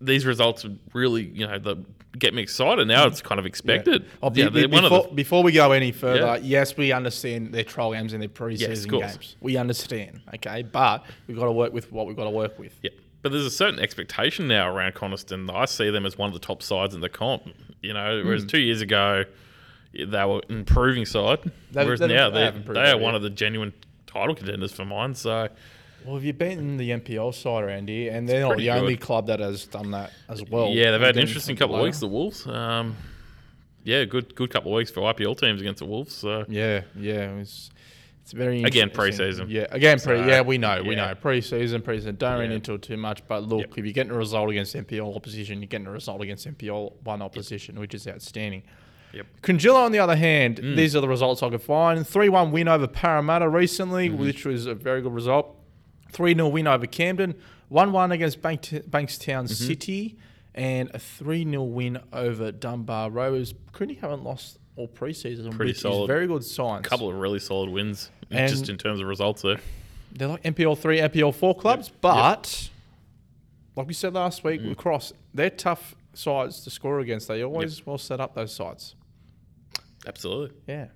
Speaker 1: these results would really, you know, the, get me excited. Now it's kind of expected.
Speaker 2: Oh, be-
Speaker 1: yeah,
Speaker 2: be-
Speaker 1: they're one of
Speaker 2: before,
Speaker 1: the,
Speaker 2: before we go any further,
Speaker 1: Yeah.
Speaker 2: yes, we understand their trial games and their preseason
Speaker 1: course.
Speaker 2: games. We understand, okay, but we've got to work with what we've got to work with.
Speaker 1: yeah. But there's a certain expectation now around Coniston. I see them as one of the top sides in the comp. You know, whereas
Speaker 2: Hmm.
Speaker 1: two years ago, they were an improving side.
Speaker 2: They've-
Speaker 1: whereas
Speaker 2: they've-
Speaker 1: now
Speaker 2: they
Speaker 1: they,
Speaker 2: have
Speaker 1: they,
Speaker 2: improved
Speaker 1: are
Speaker 2: over
Speaker 1: one
Speaker 2: here.
Speaker 1: of the genuine title contenders for mine. So.
Speaker 2: Well, have you beaten the NPL side, Andy? And they're not
Speaker 1: pretty
Speaker 2: the only
Speaker 1: good.
Speaker 2: club that has done that as well.
Speaker 1: yeah, they've had an
Speaker 2: Against
Speaker 1: interesting couple of
Speaker 2: Lower.
Speaker 1: weeks. The Wolves, um, yeah, good good couple of weeks for IPL teams against the Wolves. So
Speaker 2: Yeah, yeah, it was, it's very
Speaker 1: Again,
Speaker 2: interesting.
Speaker 1: preseason.
Speaker 2: Yeah, again pre.
Speaker 1: So,
Speaker 2: yeah, we know, we
Speaker 1: yeah.
Speaker 2: know preseason, preseason. Don't read
Speaker 1: Yeah.
Speaker 2: into it too much. But look, if you're getting a result against NPL opposition, you're getting a result against NPL one opposition, which is outstanding.
Speaker 1: Yep. Mm.
Speaker 2: Conjilla, on the other hand, these are the results I could find. 3 1 win over Parramatta recently,
Speaker 1: Mm-hmm.
Speaker 2: which was a very good result. 3 0 win over Camden. 1 1 against Bank
Speaker 1: Mm-hmm.
Speaker 2: Bankstown City. And a 3 0 win over Dunbar Rovers. Cooney haven't lost all preseason,
Speaker 1: Pretty
Speaker 2: which
Speaker 1: solid.
Speaker 2: is very good signs.
Speaker 1: couple of really solid wins
Speaker 2: And-
Speaker 1: just in terms of results there.
Speaker 2: They're like NPL 3, NPL 4 clubs, but like we said last week
Speaker 1: Mm.
Speaker 2: with Cross, they're tough sides to score against. They always well set up, those sides.
Speaker 1: Absolutely.
Speaker 2: Yeah.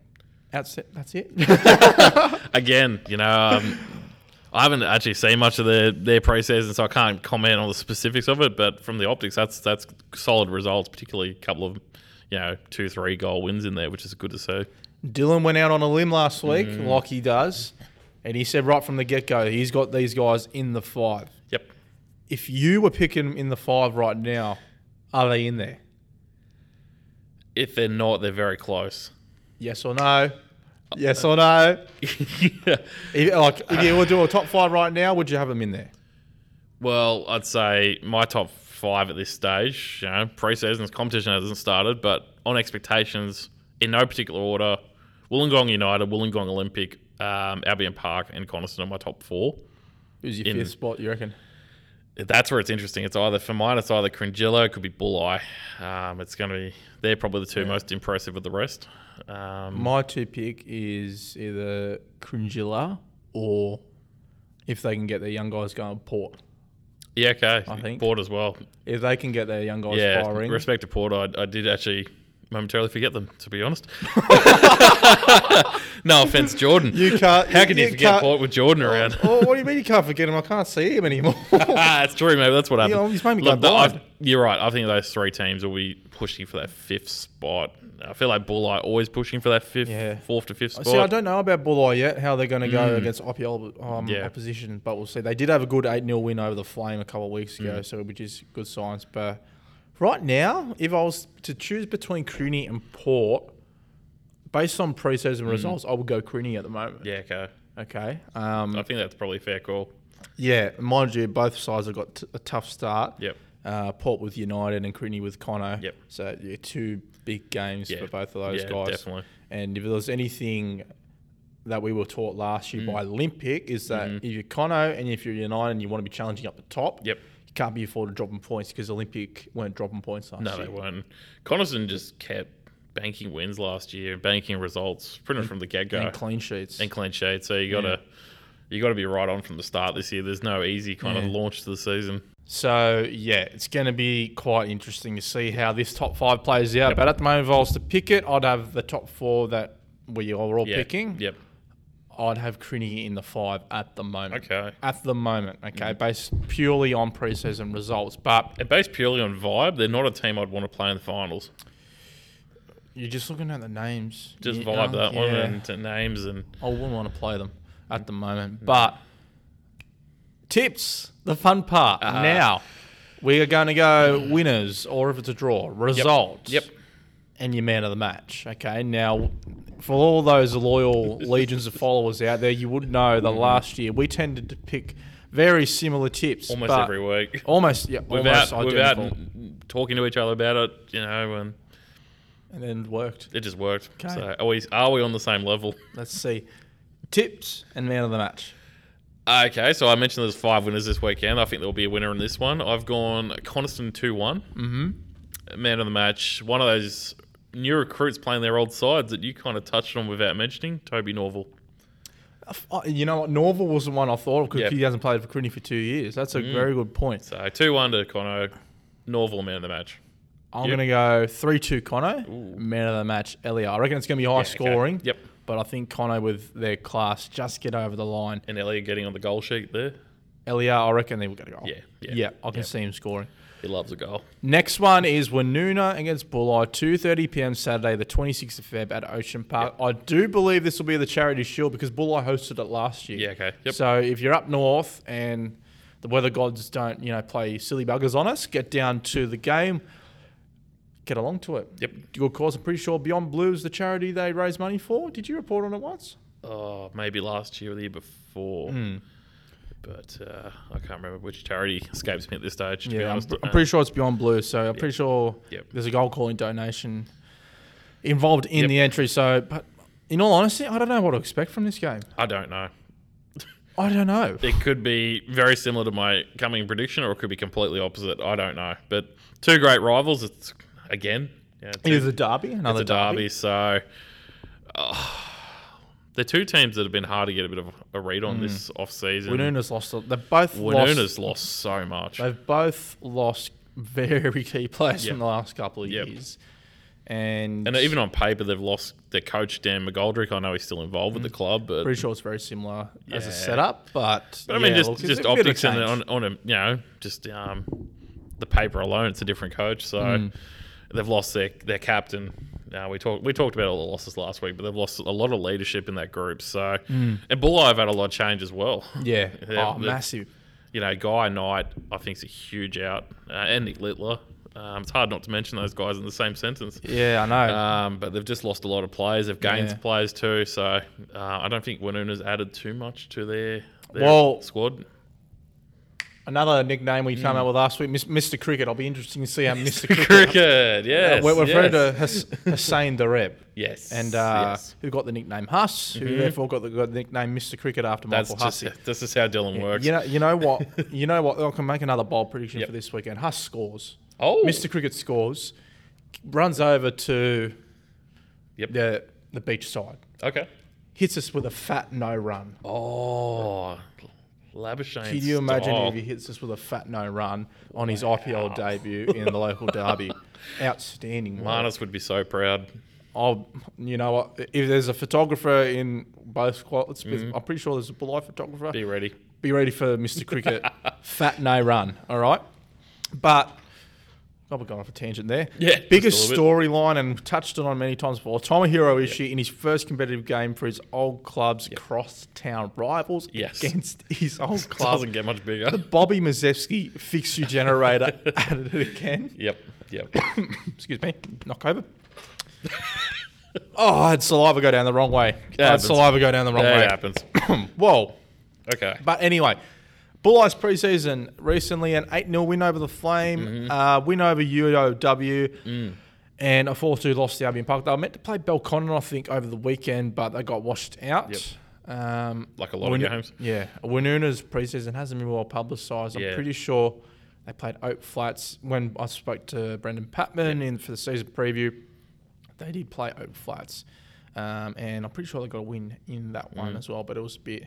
Speaker 2: That's it. That's it.
Speaker 1: Again, you know, um, I haven't actually seen much of their their preseason, so I can't comment on the specifics of it. But from the optics, that's that's solid results, particularly a couple of you know two three goal wins in there, which is good to see.
Speaker 2: Dylan went out on a limb
Speaker 1: Mm.
Speaker 2: last week, like he does, and he said right from the get go, he's got these guys in the five.
Speaker 1: Yep.
Speaker 2: If you were picking in the five right now, are they in there?
Speaker 1: If they're not, they're very close.
Speaker 2: Yes or no? Yes or no? If, like, if you were to do a top five right now, would you have them in there?
Speaker 1: Well, I'd say my top five at this stage. You know, preseason's competition hasn't started, but on expectations, in no particular order, Wollongong United, Wollongong Olympic, um, Albion Park, and Coniston are my top four.
Speaker 2: Who's your
Speaker 1: In.
Speaker 2: fifth spot, you reckon?
Speaker 1: That's where it's interesting. It's either for mine, it's either Cringillo, it could be Bull Eye. Um, it's going to be they're probably the two most impressive of the rest. Um,
Speaker 2: My two pick is either Cringilla or if they can get their young guys going, Port.
Speaker 1: yeah, okay.
Speaker 2: I think-
Speaker 1: Port as well.
Speaker 2: If they can get their young guys
Speaker 1: yeah,
Speaker 2: firing,
Speaker 1: respect to Port, I, I did actually momentarily forget them. To be honest, no offense, Jordan.
Speaker 2: you can't.
Speaker 1: How can you,
Speaker 2: get
Speaker 1: forget Port with Jordan around?
Speaker 2: Oh, what do you mean you can't forget him? I can't see him anymore.
Speaker 1: ah, it's true, mate. That's what happened.
Speaker 2: know, he's made me go
Speaker 1: the- I-
Speaker 2: blind.
Speaker 1: you're right. I think those three teams will be pushing for that fifth spot. I feel like Bull Eye always pushing for that fifth,
Speaker 2: Yeah.
Speaker 1: fourth to fifth spot.
Speaker 2: See, I don't know about Bulleye yet, how they're going to go against IPL um,
Speaker 1: Mm. Yeah.
Speaker 2: opposition, but we'll see. They did have a good 8 0 win over the Flame a couple of weeks ago,
Speaker 1: Mm.
Speaker 2: so which is good signs. But right now, if I was to choose between Crooney and Port, based on preseason
Speaker 1: Mm.
Speaker 2: results, I would go Crooney at the moment.
Speaker 1: yeah, okay.
Speaker 2: Okay. Um,
Speaker 1: I think that's probably a fair call.
Speaker 2: yeah, mind you, both sides have got t- a tough start.
Speaker 1: Yep.
Speaker 2: Uh, Port with United and Crooney with Cono.
Speaker 1: Yep.
Speaker 2: So yeah, two big games
Speaker 1: Yeah.
Speaker 2: for both of those
Speaker 1: Yeah,
Speaker 2: guys.
Speaker 1: definitely.
Speaker 2: And if there's anything that we were taught
Speaker 1: Mm.
Speaker 2: last year by Olympic is that if you're Cono and if you're United and you want to be challenging up the top,
Speaker 1: Mm-hmm. Yep.
Speaker 2: you can't be afforded dropping points because Olympic weren't dropping points last
Speaker 1: No,
Speaker 2: year.
Speaker 1: they weren't. Coniston just kept banking wins last year, banking results pretty much from the get go,
Speaker 2: And clean sheets.
Speaker 1: and clean sheet. So you gotta you gotta be right on from the start this year. There's no easy kind of
Speaker 2: Yeah.
Speaker 1: launch to the season.
Speaker 2: So yeah, it's going to be quite interesting to see how this top five plays out. But at the moment, if I was to pick it, I'd have the top four that we are all
Speaker 1: Yeah.
Speaker 2: picking.
Speaker 1: Yep.
Speaker 2: I'd have Crinny in the five at the moment.
Speaker 1: Okay. Mm-hmm.
Speaker 2: At the moment, okay, based purely on preseason results. But
Speaker 1: And based purely on vibe, they're not a team I'd want to play in the finals.
Speaker 2: you're just looking at the names.
Speaker 1: Just
Speaker 2: You-
Speaker 1: vibe
Speaker 2: oh,
Speaker 1: that one
Speaker 2: yeah.
Speaker 1: and, and names and
Speaker 2: I wouldn't want to play them at the
Speaker 1: Mm-hmm.
Speaker 2: moment. But tips, the fun part.
Speaker 1: Uh-huh.
Speaker 2: now we are going to go winners, or if it's a draw, results.
Speaker 1: Yep.
Speaker 2: And your man of the match. Okay. Now, for all those loyal legions of followers out there, you would know
Speaker 1: Mm.
Speaker 2: that last year we tended to pick very similar tips.
Speaker 1: almost
Speaker 2: but-
Speaker 1: every week.
Speaker 2: Almost, yeah,
Speaker 1: Without
Speaker 2: almost
Speaker 1: without
Speaker 2: identical.
Speaker 1: n- talking to each other about it, you know, and
Speaker 2: and then it worked.
Speaker 1: it just worked.
Speaker 2: Okay.
Speaker 1: So are we, are we on the same level?
Speaker 2: Let's see. Tips and man of the match.
Speaker 1: Okay, so I mentioned there's five winners this weekend. I think there'll be a winner in this one. I've gone Coniston 2 one
Speaker 2: Mm-hmm.
Speaker 1: Man of the match. One of those new recruits playing their old sides that you kind of touched on without mentioning, Toby Norval.
Speaker 2: Oh, You know what? Norval was the one I thought of because
Speaker 1: Yep. Mm.
Speaker 2: he hasn't played for Crinny for two years. That's a very good point.
Speaker 1: So 2 1 to Cono. Norval, man of the match.
Speaker 2: I'm
Speaker 1: Yep.
Speaker 2: going to go 3 2 Cono, man of the match, Elliot. I reckon it's going to be high
Speaker 1: okay.
Speaker 2: scoring.
Speaker 1: Yep.
Speaker 2: But I think Cono, with their class, just get over the line.
Speaker 1: And Elliot getting on the goal sheet there.
Speaker 2: Elliot, I reckon they will get a goal.
Speaker 1: Yeah, yeah,
Speaker 2: Yeah, I can see him scoring.
Speaker 1: He loves a goal.
Speaker 2: Next one is Winuna against Bulleye, 2.30 p.m. Saturday, the 26th of Feb at Ocean Park. I do believe this will be the Charity Shield because Bulleye hosted it last year.
Speaker 1: Yeah, okay. Yep.
Speaker 2: So if you're up north and the weather gods don't, you know, play silly buggers on us, get down to the game, get along to it.
Speaker 1: Yep.
Speaker 2: Good cause. I'm pretty sure Beyond Blue is the charity they raise money for. Did you report on it once?
Speaker 1: Oh, maybe last year or the year before.
Speaker 2: Hmm.
Speaker 1: But uh, I can't remember which charity escapes me at this stage, to be
Speaker 2: I'm,
Speaker 1: honest.
Speaker 2: pr- I'm
Speaker 1: Uh,
Speaker 2: pretty sure it's Beyond Blue. So I'm pretty sure
Speaker 1: Yep.
Speaker 2: there's a goal calling donation involved in
Speaker 1: Yep.
Speaker 2: the entry. So, but in all honesty, I don't know what to expect from this game.
Speaker 1: I don't know.
Speaker 2: I don't know.
Speaker 1: It could be very similar to my coming prediction, or it could be completely opposite. I don't know. But two great rivals. It's again, yeah,
Speaker 2: It
Speaker 1: two,
Speaker 2: is a derby, another
Speaker 1: it's a derby. So ah, the two teams that have been hard to get a bit of a read on this off season.
Speaker 2: Winuna's lost. They both lost.
Speaker 1: Winona's lost. so much.
Speaker 2: They've both lost very key players
Speaker 1: Yep.
Speaker 2: in the last couple of
Speaker 1: Yep.
Speaker 2: years, and,
Speaker 1: And even on paper, they've lost their coach Dan McGoldrick. I know he's still involved with the club, but
Speaker 2: pretty sure it's very similar as
Speaker 1: Yeah.
Speaker 2: a setup. But,
Speaker 1: But I mean,
Speaker 2: yeah,
Speaker 1: just
Speaker 2: look, it's a
Speaker 1: just
Speaker 2: bit of a
Speaker 1: optics and
Speaker 2: change.
Speaker 1: on, on a you know just um, the paper alone, it's a different coach. So
Speaker 2: Hmm.
Speaker 1: they've lost their their captain. Now we talked we talked about all the losses last week, but they've lost a lot of leadership in that group. So and Bulleye have had a lot of change as well.
Speaker 2: Hmm. yeah,
Speaker 1: Yeah,
Speaker 2: oh,
Speaker 1: the-
Speaker 2: massive.
Speaker 1: You know, Guy Knight I think is a huge out, uh, and Nick Littler. Um, it's hard not to mention those guys in the same sentence.
Speaker 2: Yeah, I know.
Speaker 1: Um, but they've just lost a lot of players. They've gained
Speaker 2: Yeah.
Speaker 1: players too, so uh, I don't think Winuna's added too much to their, their
Speaker 2: Well,
Speaker 1: squad.
Speaker 2: Another nickname we came
Speaker 1: Mm.
Speaker 2: up with last week, Mis- Mr. Cricket. I'll be interesting to see how Mr. Cricket.
Speaker 1: Cricket,
Speaker 2: Uh,
Speaker 1: yes.
Speaker 2: we're we're
Speaker 1: yes.
Speaker 2: referred to Hus- Hussein the Reb,
Speaker 1: Yes.
Speaker 2: and uh,
Speaker 1: yes. Mm-hmm.
Speaker 2: who got the nickname Huss, who therefore got the, got the nickname Mr. Cricket after
Speaker 1: that's
Speaker 2: Michael
Speaker 1: just,
Speaker 2: Hussey.
Speaker 1: this is how Dylan works.
Speaker 2: You know, you know what? You know what? I can make another bold prediction
Speaker 1: Yep.
Speaker 2: for this weekend. Huss scores.
Speaker 1: oh,
Speaker 2: Mr. Cricket scores, runs over to
Speaker 1: Yep.
Speaker 2: the the beach side,
Speaker 1: Okay.
Speaker 2: hits us with a fat no run.
Speaker 1: Oh, Labuschagne.
Speaker 2: Can you imagine
Speaker 1: style.
Speaker 2: if he hits us with a fat no run on his IPL debut in the local derby? Outstanding. work.
Speaker 1: Marnus Oh, would be so proud.
Speaker 2: I'll, you know what? If there's a photographer in both squads,
Speaker 1: Mm-hmm.
Speaker 2: I'm pretty sure there's a Bulleye photographer.
Speaker 1: Be ready.
Speaker 2: Be ready for Mr. Cricket. Fat no run. All right. But I'll be going off a tangent there.
Speaker 1: Yeah, just a
Speaker 2: Biggest
Speaker 1: little
Speaker 2: storyline, and we've touched it on many times before. Tomohiro Ishii in his first competitive game for his old club's cross-town rivals
Speaker 1: Yes.
Speaker 2: against his old club.
Speaker 1: Doesn't get much bigger.
Speaker 2: Bobby Mazewski fix you generator added it again
Speaker 1: yep. Yep.
Speaker 2: excuse me, knock over. oh, I had saliva go down the wrong way. I had
Speaker 1: happens.
Speaker 2: saliva go down the wrong
Speaker 1: that
Speaker 2: way.
Speaker 1: happens.
Speaker 2: Whoa.
Speaker 1: Okay.
Speaker 2: But anyway, Bull Eyes preseason recently an 8 0 win over the Flame,
Speaker 1: Mm-hmm.
Speaker 2: uh, win over UOW.
Speaker 1: Mm.
Speaker 2: And a 4 2 loss to Albion Park. They were meant to play Belconnen, I think, over the weekend, but they got washed out. Um,
Speaker 1: Like a lot of
Speaker 2: Winu-
Speaker 1: games.
Speaker 2: Yeah. Winuna's preseason hasn't been well publicised. I'm
Speaker 1: Yeah.
Speaker 2: pretty sure they played Oak Flats. When I spoke to Brendan Patman in for the season preview, they did play
Speaker 1: Mm.
Speaker 2: Oak Flats. Um, and I'm pretty sure they got a win in that one as well, but it was a bit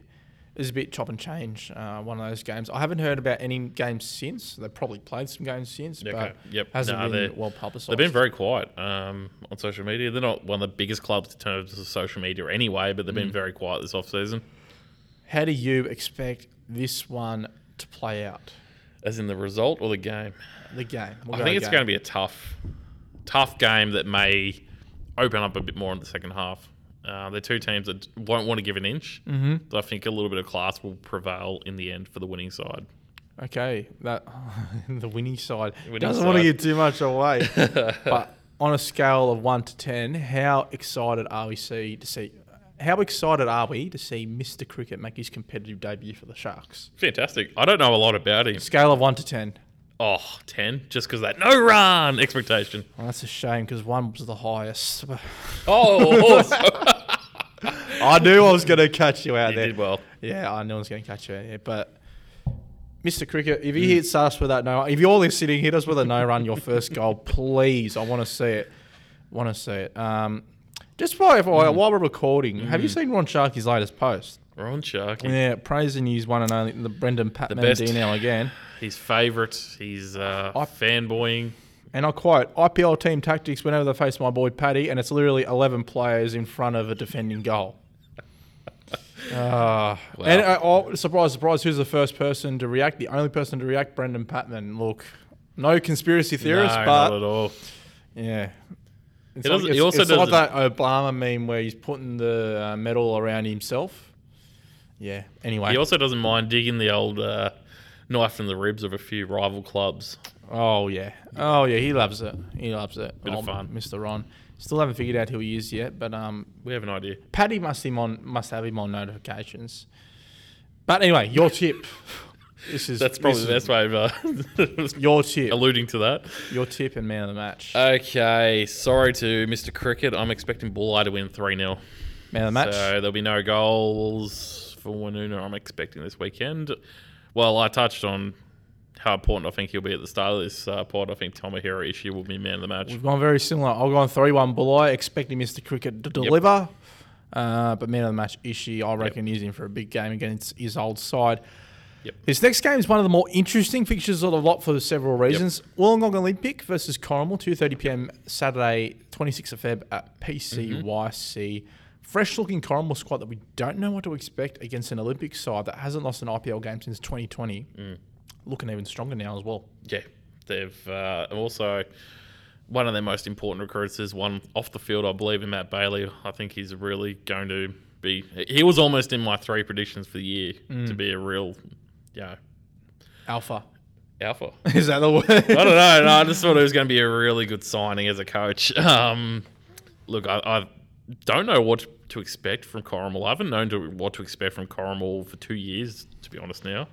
Speaker 2: is a bit chop and change. Uh, one of those games. I haven't heard about any games since. They've probably played some games since,
Speaker 1: Yeah,
Speaker 2: but
Speaker 1: okay. Yep.
Speaker 2: hasn't
Speaker 1: Nah, they're-
Speaker 2: been well publicised.
Speaker 1: They've been very quiet um, on social media. They're not one of the biggest clubs in terms of social media anyway, but they've been very quiet this off season.
Speaker 2: How do you expect this one to play out?
Speaker 1: As in the result or the game?
Speaker 2: The game.
Speaker 1: I think it's going to be a tough, tough game that may open up a bit more in the second half. Uh, they're two teams that won't want to give an inch. Mm-hmm. So I think a little bit of class will prevail in the end for the winning side.
Speaker 2: Okay, that the winning side
Speaker 1: Winning
Speaker 2: doesn't want to
Speaker 1: side.
Speaker 2: give too much away. but on a scale of one to ten, how excited are we see to see? How excited are we to see Mr. Cricket make his competitive debut for the Sharks?
Speaker 1: Fantastic. I don't know a lot about him.
Speaker 2: Scale of one to ten.
Speaker 1: Oh, 10, just because that no run expectation.
Speaker 2: Well, that's a shame because one was the highest.
Speaker 1: Oh, awesome.
Speaker 2: I knew I was going to catch you out
Speaker 1: you
Speaker 2: there.
Speaker 1: did well.
Speaker 2: Yeah, I knew I was going to catch you out there. But Mr. Cricket, if he hits us with that no, if you're listening, hit us with a no run your first goal, please. I want to see it. Want to see it. Um, just while, while while we're recording, have you seen Ron Sharkey's latest post?
Speaker 1: Ron Sharkey.
Speaker 2: Yeah, praising his one and only the Brendan Pat
Speaker 1: best.
Speaker 2: Mandino again.
Speaker 1: He's favourite. He's uh, fanboying.
Speaker 2: And I quote, IPL team tactics whenever they face my boy Paddy, and it's literally 11 players in front of a defending goal. Ah, And uh, oh, surprise, surprise, who's the first person to react? The only person to react, Brendan Patman. Look, no conspiracy theorist,
Speaker 1: no,
Speaker 2: but
Speaker 1: not at all.
Speaker 2: yeah. It's
Speaker 1: He
Speaker 2: like,
Speaker 1: doesn't-
Speaker 2: it's,
Speaker 1: he also
Speaker 2: it's like
Speaker 1: doesn't-
Speaker 2: that Obama meme where he's putting the uh, medal around himself. Yeah, anyway.
Speaker 1: He also doesn't mind digging the old uh, knife in the ribs of a few rival clubs.
Speaker 2: Oh yeah. Oh yeah. He loves it. He loves it.
Speaker 1: Bit of
Speaker 2: Oh,
Speaker 1: fun.
Speaker 2: Mr. Ron. Still haven't figured out who he is yet, but um,
Speaker 1: We have an idea.
Speaker 2: Paddy must him on must have him on notifications. But anyway, your tip. This is
Speaker 1: That's probably the best
Speaker 2: this is
Speaker 1: way of uh,
Speaker 2: Your tip.
Speaker 1: alluding to that.
Speaker 2: Your tip and man of the match.
Speaker 1: Okay, sorry to Mr. Cricket. I'm expecting Bulleye to win 3 0.
Speaker 2: man of the match.
Speaker 1: So there'll be no goals for Wanuna, I'm expecting this weekend. Well, I touched on how important I think he'll be at the start of this uh, pod. I think Tomohiro Ishii will be man of the match.
Speaker 2: We've gone very similar. I've gone three one Bulleye, expecting Mr. Cricket to deliver. Uh, but man of the match Ishii, I reckon, is in for a big game against his old side.
Speaker 1: Yep.
Speaker 2: This next game is one of the more interesting fixtures of the lot for several reasons. Wollongong Olympic versus Coromel, 2.30 p.m. Saturday, 26th of Feb at PCYC. Fresh-looking Coromel squad that we don't know what to expect against an Olympic side that hasn't lost an IPL game since 2020. Looking even stronger now as well.
Speaker 1: Yeah, they've uh, and also one of their most important recruits is one off the field, I believe, in Matt Bailey. I think he's really going to be. He was almost in my three predictions for the year to be a real, you know,
Speaker 2: Alpha.
Speaker 1: alpha.
Speaker 2: Is that the word?
Speaker 1: I don't know. No, I just thought it was going to be a really good signing as a coach. Um, look, I, I don't know what to expect from Coromel. I haven't known to, what to expect from Coromel for two years, to be honest. Now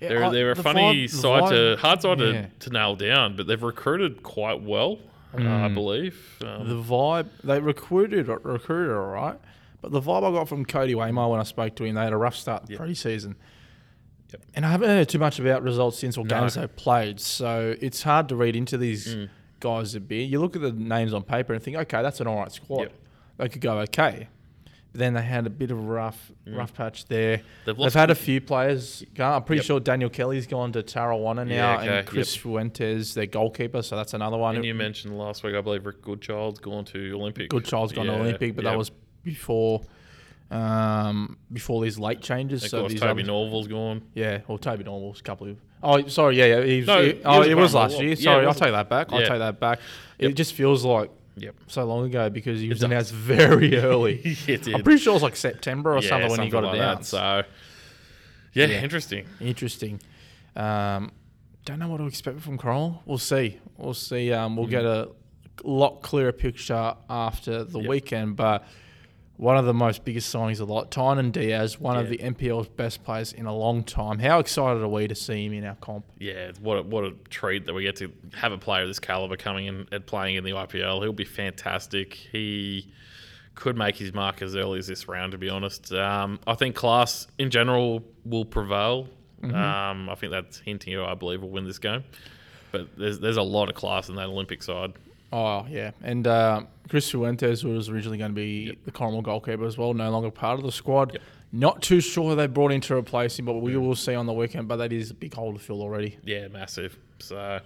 Speaker 1: they're,
Speaker 2: I-
Speaker 1: they're a
Speaker 2: Uh, the
Speaker 1: funny
Speaker 2: vibe- the
Speaker 1: side
Speaker 2: vibe-
Speaker 1: to hard side
Speaker 2: yeah.
Speaker 1: to, to nail down, but they've recruited quite well, uh, I believe. Um,
Speaker 2: the vibe they recruited recruited all right, but the vibe I got from Cody Waymire when I spoke to him, they had a rough start the pre-season,
Speaker 1: Yep.
Speaker 2: and I haven't heard too much about results since or games they played, so it's hard to read into these
Speaker 1: Mm.
Speaker 2: guys a bit. You look at the names on paper and think, okay, that's an all right squad.
Speaker 1: Yep.
Speaker 2: They could go okay. But then they had a bit of a rough, rough patch there. They've,
Speaker 1: Mm. They've lost-
Speaker 2: had a few players. go- I'm pretty sure Daniel Kelly's gone to Tarawana now,
Speaker 1: Yeah, okay,
Speaker 2: and Chris Fuentes, their goalkeeper. So that's another one.
Speaker 1: and you mentioned last week, I believe Rick Goodchild's gone to Olympic.
Speaker 2: Good child's gone
Speaker 1: Yeah,
Speaker 2: to Olympic, but
Speaker 1: yeah.
Speaker 2: that was before um, before these late changes.
Speaker 1: Of
Speaker 2: so
Speaker 1: course,
Speaker 2: these
Speaker 1: Toby
Speaker 2: other-
Speaker 1: Norval's gone.
Speaker 2: Yeah, or Toby Normal was a couple of. Oh, sorry, yeah, yeah. He was,
Speaker 1: No,
Speaker 2: he-
Speaker 1: he
Speaker 2: oh,
Speaker 1: was
Speaker 2: it was
Speaker 1: one of
Speaker 2: last
Speaker 1: the-
Speaker 2: year.
Speaker 1: yeah,
Speaker 2: Sorry,
Speaker 1: it
Speaker 2: I'll
Speaker 1: was-
Speaker 2: take that back. I'll
Speaker 1: yeah.
Speaker 2: take that back. It just feels like
Speaker 1: Yep.
Speaker 2: so long ago because he was
Speaker 1: does.
Speaker 2: announced very early.
Speaker 1: It did.
Speaker 2: I'm pretty sure it was like September or
Speaker 1: Yeah,
Speaker 2: something when he got
Speaker 1: something
Speaker 2: it
Speaker 1: like
Speaker 2: down.
Speaker 1: That, so, yeah, interesting.
Speaker 2: Interesting. Um, don't know what to expect from Coral. We'll see. We'll see. Um, we'll get a lot clearer picture after the weekend. But one of the most biggest signings a lot. Tynan Diaz, one of the
Speaker 1: Yeah.
Speaker 2: NPL's best players in a long time. How excited are we to see him in our comp?
Speaker 1: Yeah, it's- what a, what a treat that we get to have a player of this caliber coming in and playing in the IPL. He'll be fantastic. He could make his mark as early as this round, to be honest. Um, I think class in general will prevail.
Speaker 2: Mm-hmm.
Speaker 1: Um, I think that's hinting who I believe will win this game. But there's there's a lot of class in that Olympic side.
Speaker 2: Oh yeah, and uh, Chris Fuentes, who was originally going to be the Cornwall goalkeeper as well, no longer part of the squad. Not too sure who they brought in to replace him, but we will see on the weekend. But that is a big hole to fill already.
Speaker 1: Yeah, massive. So,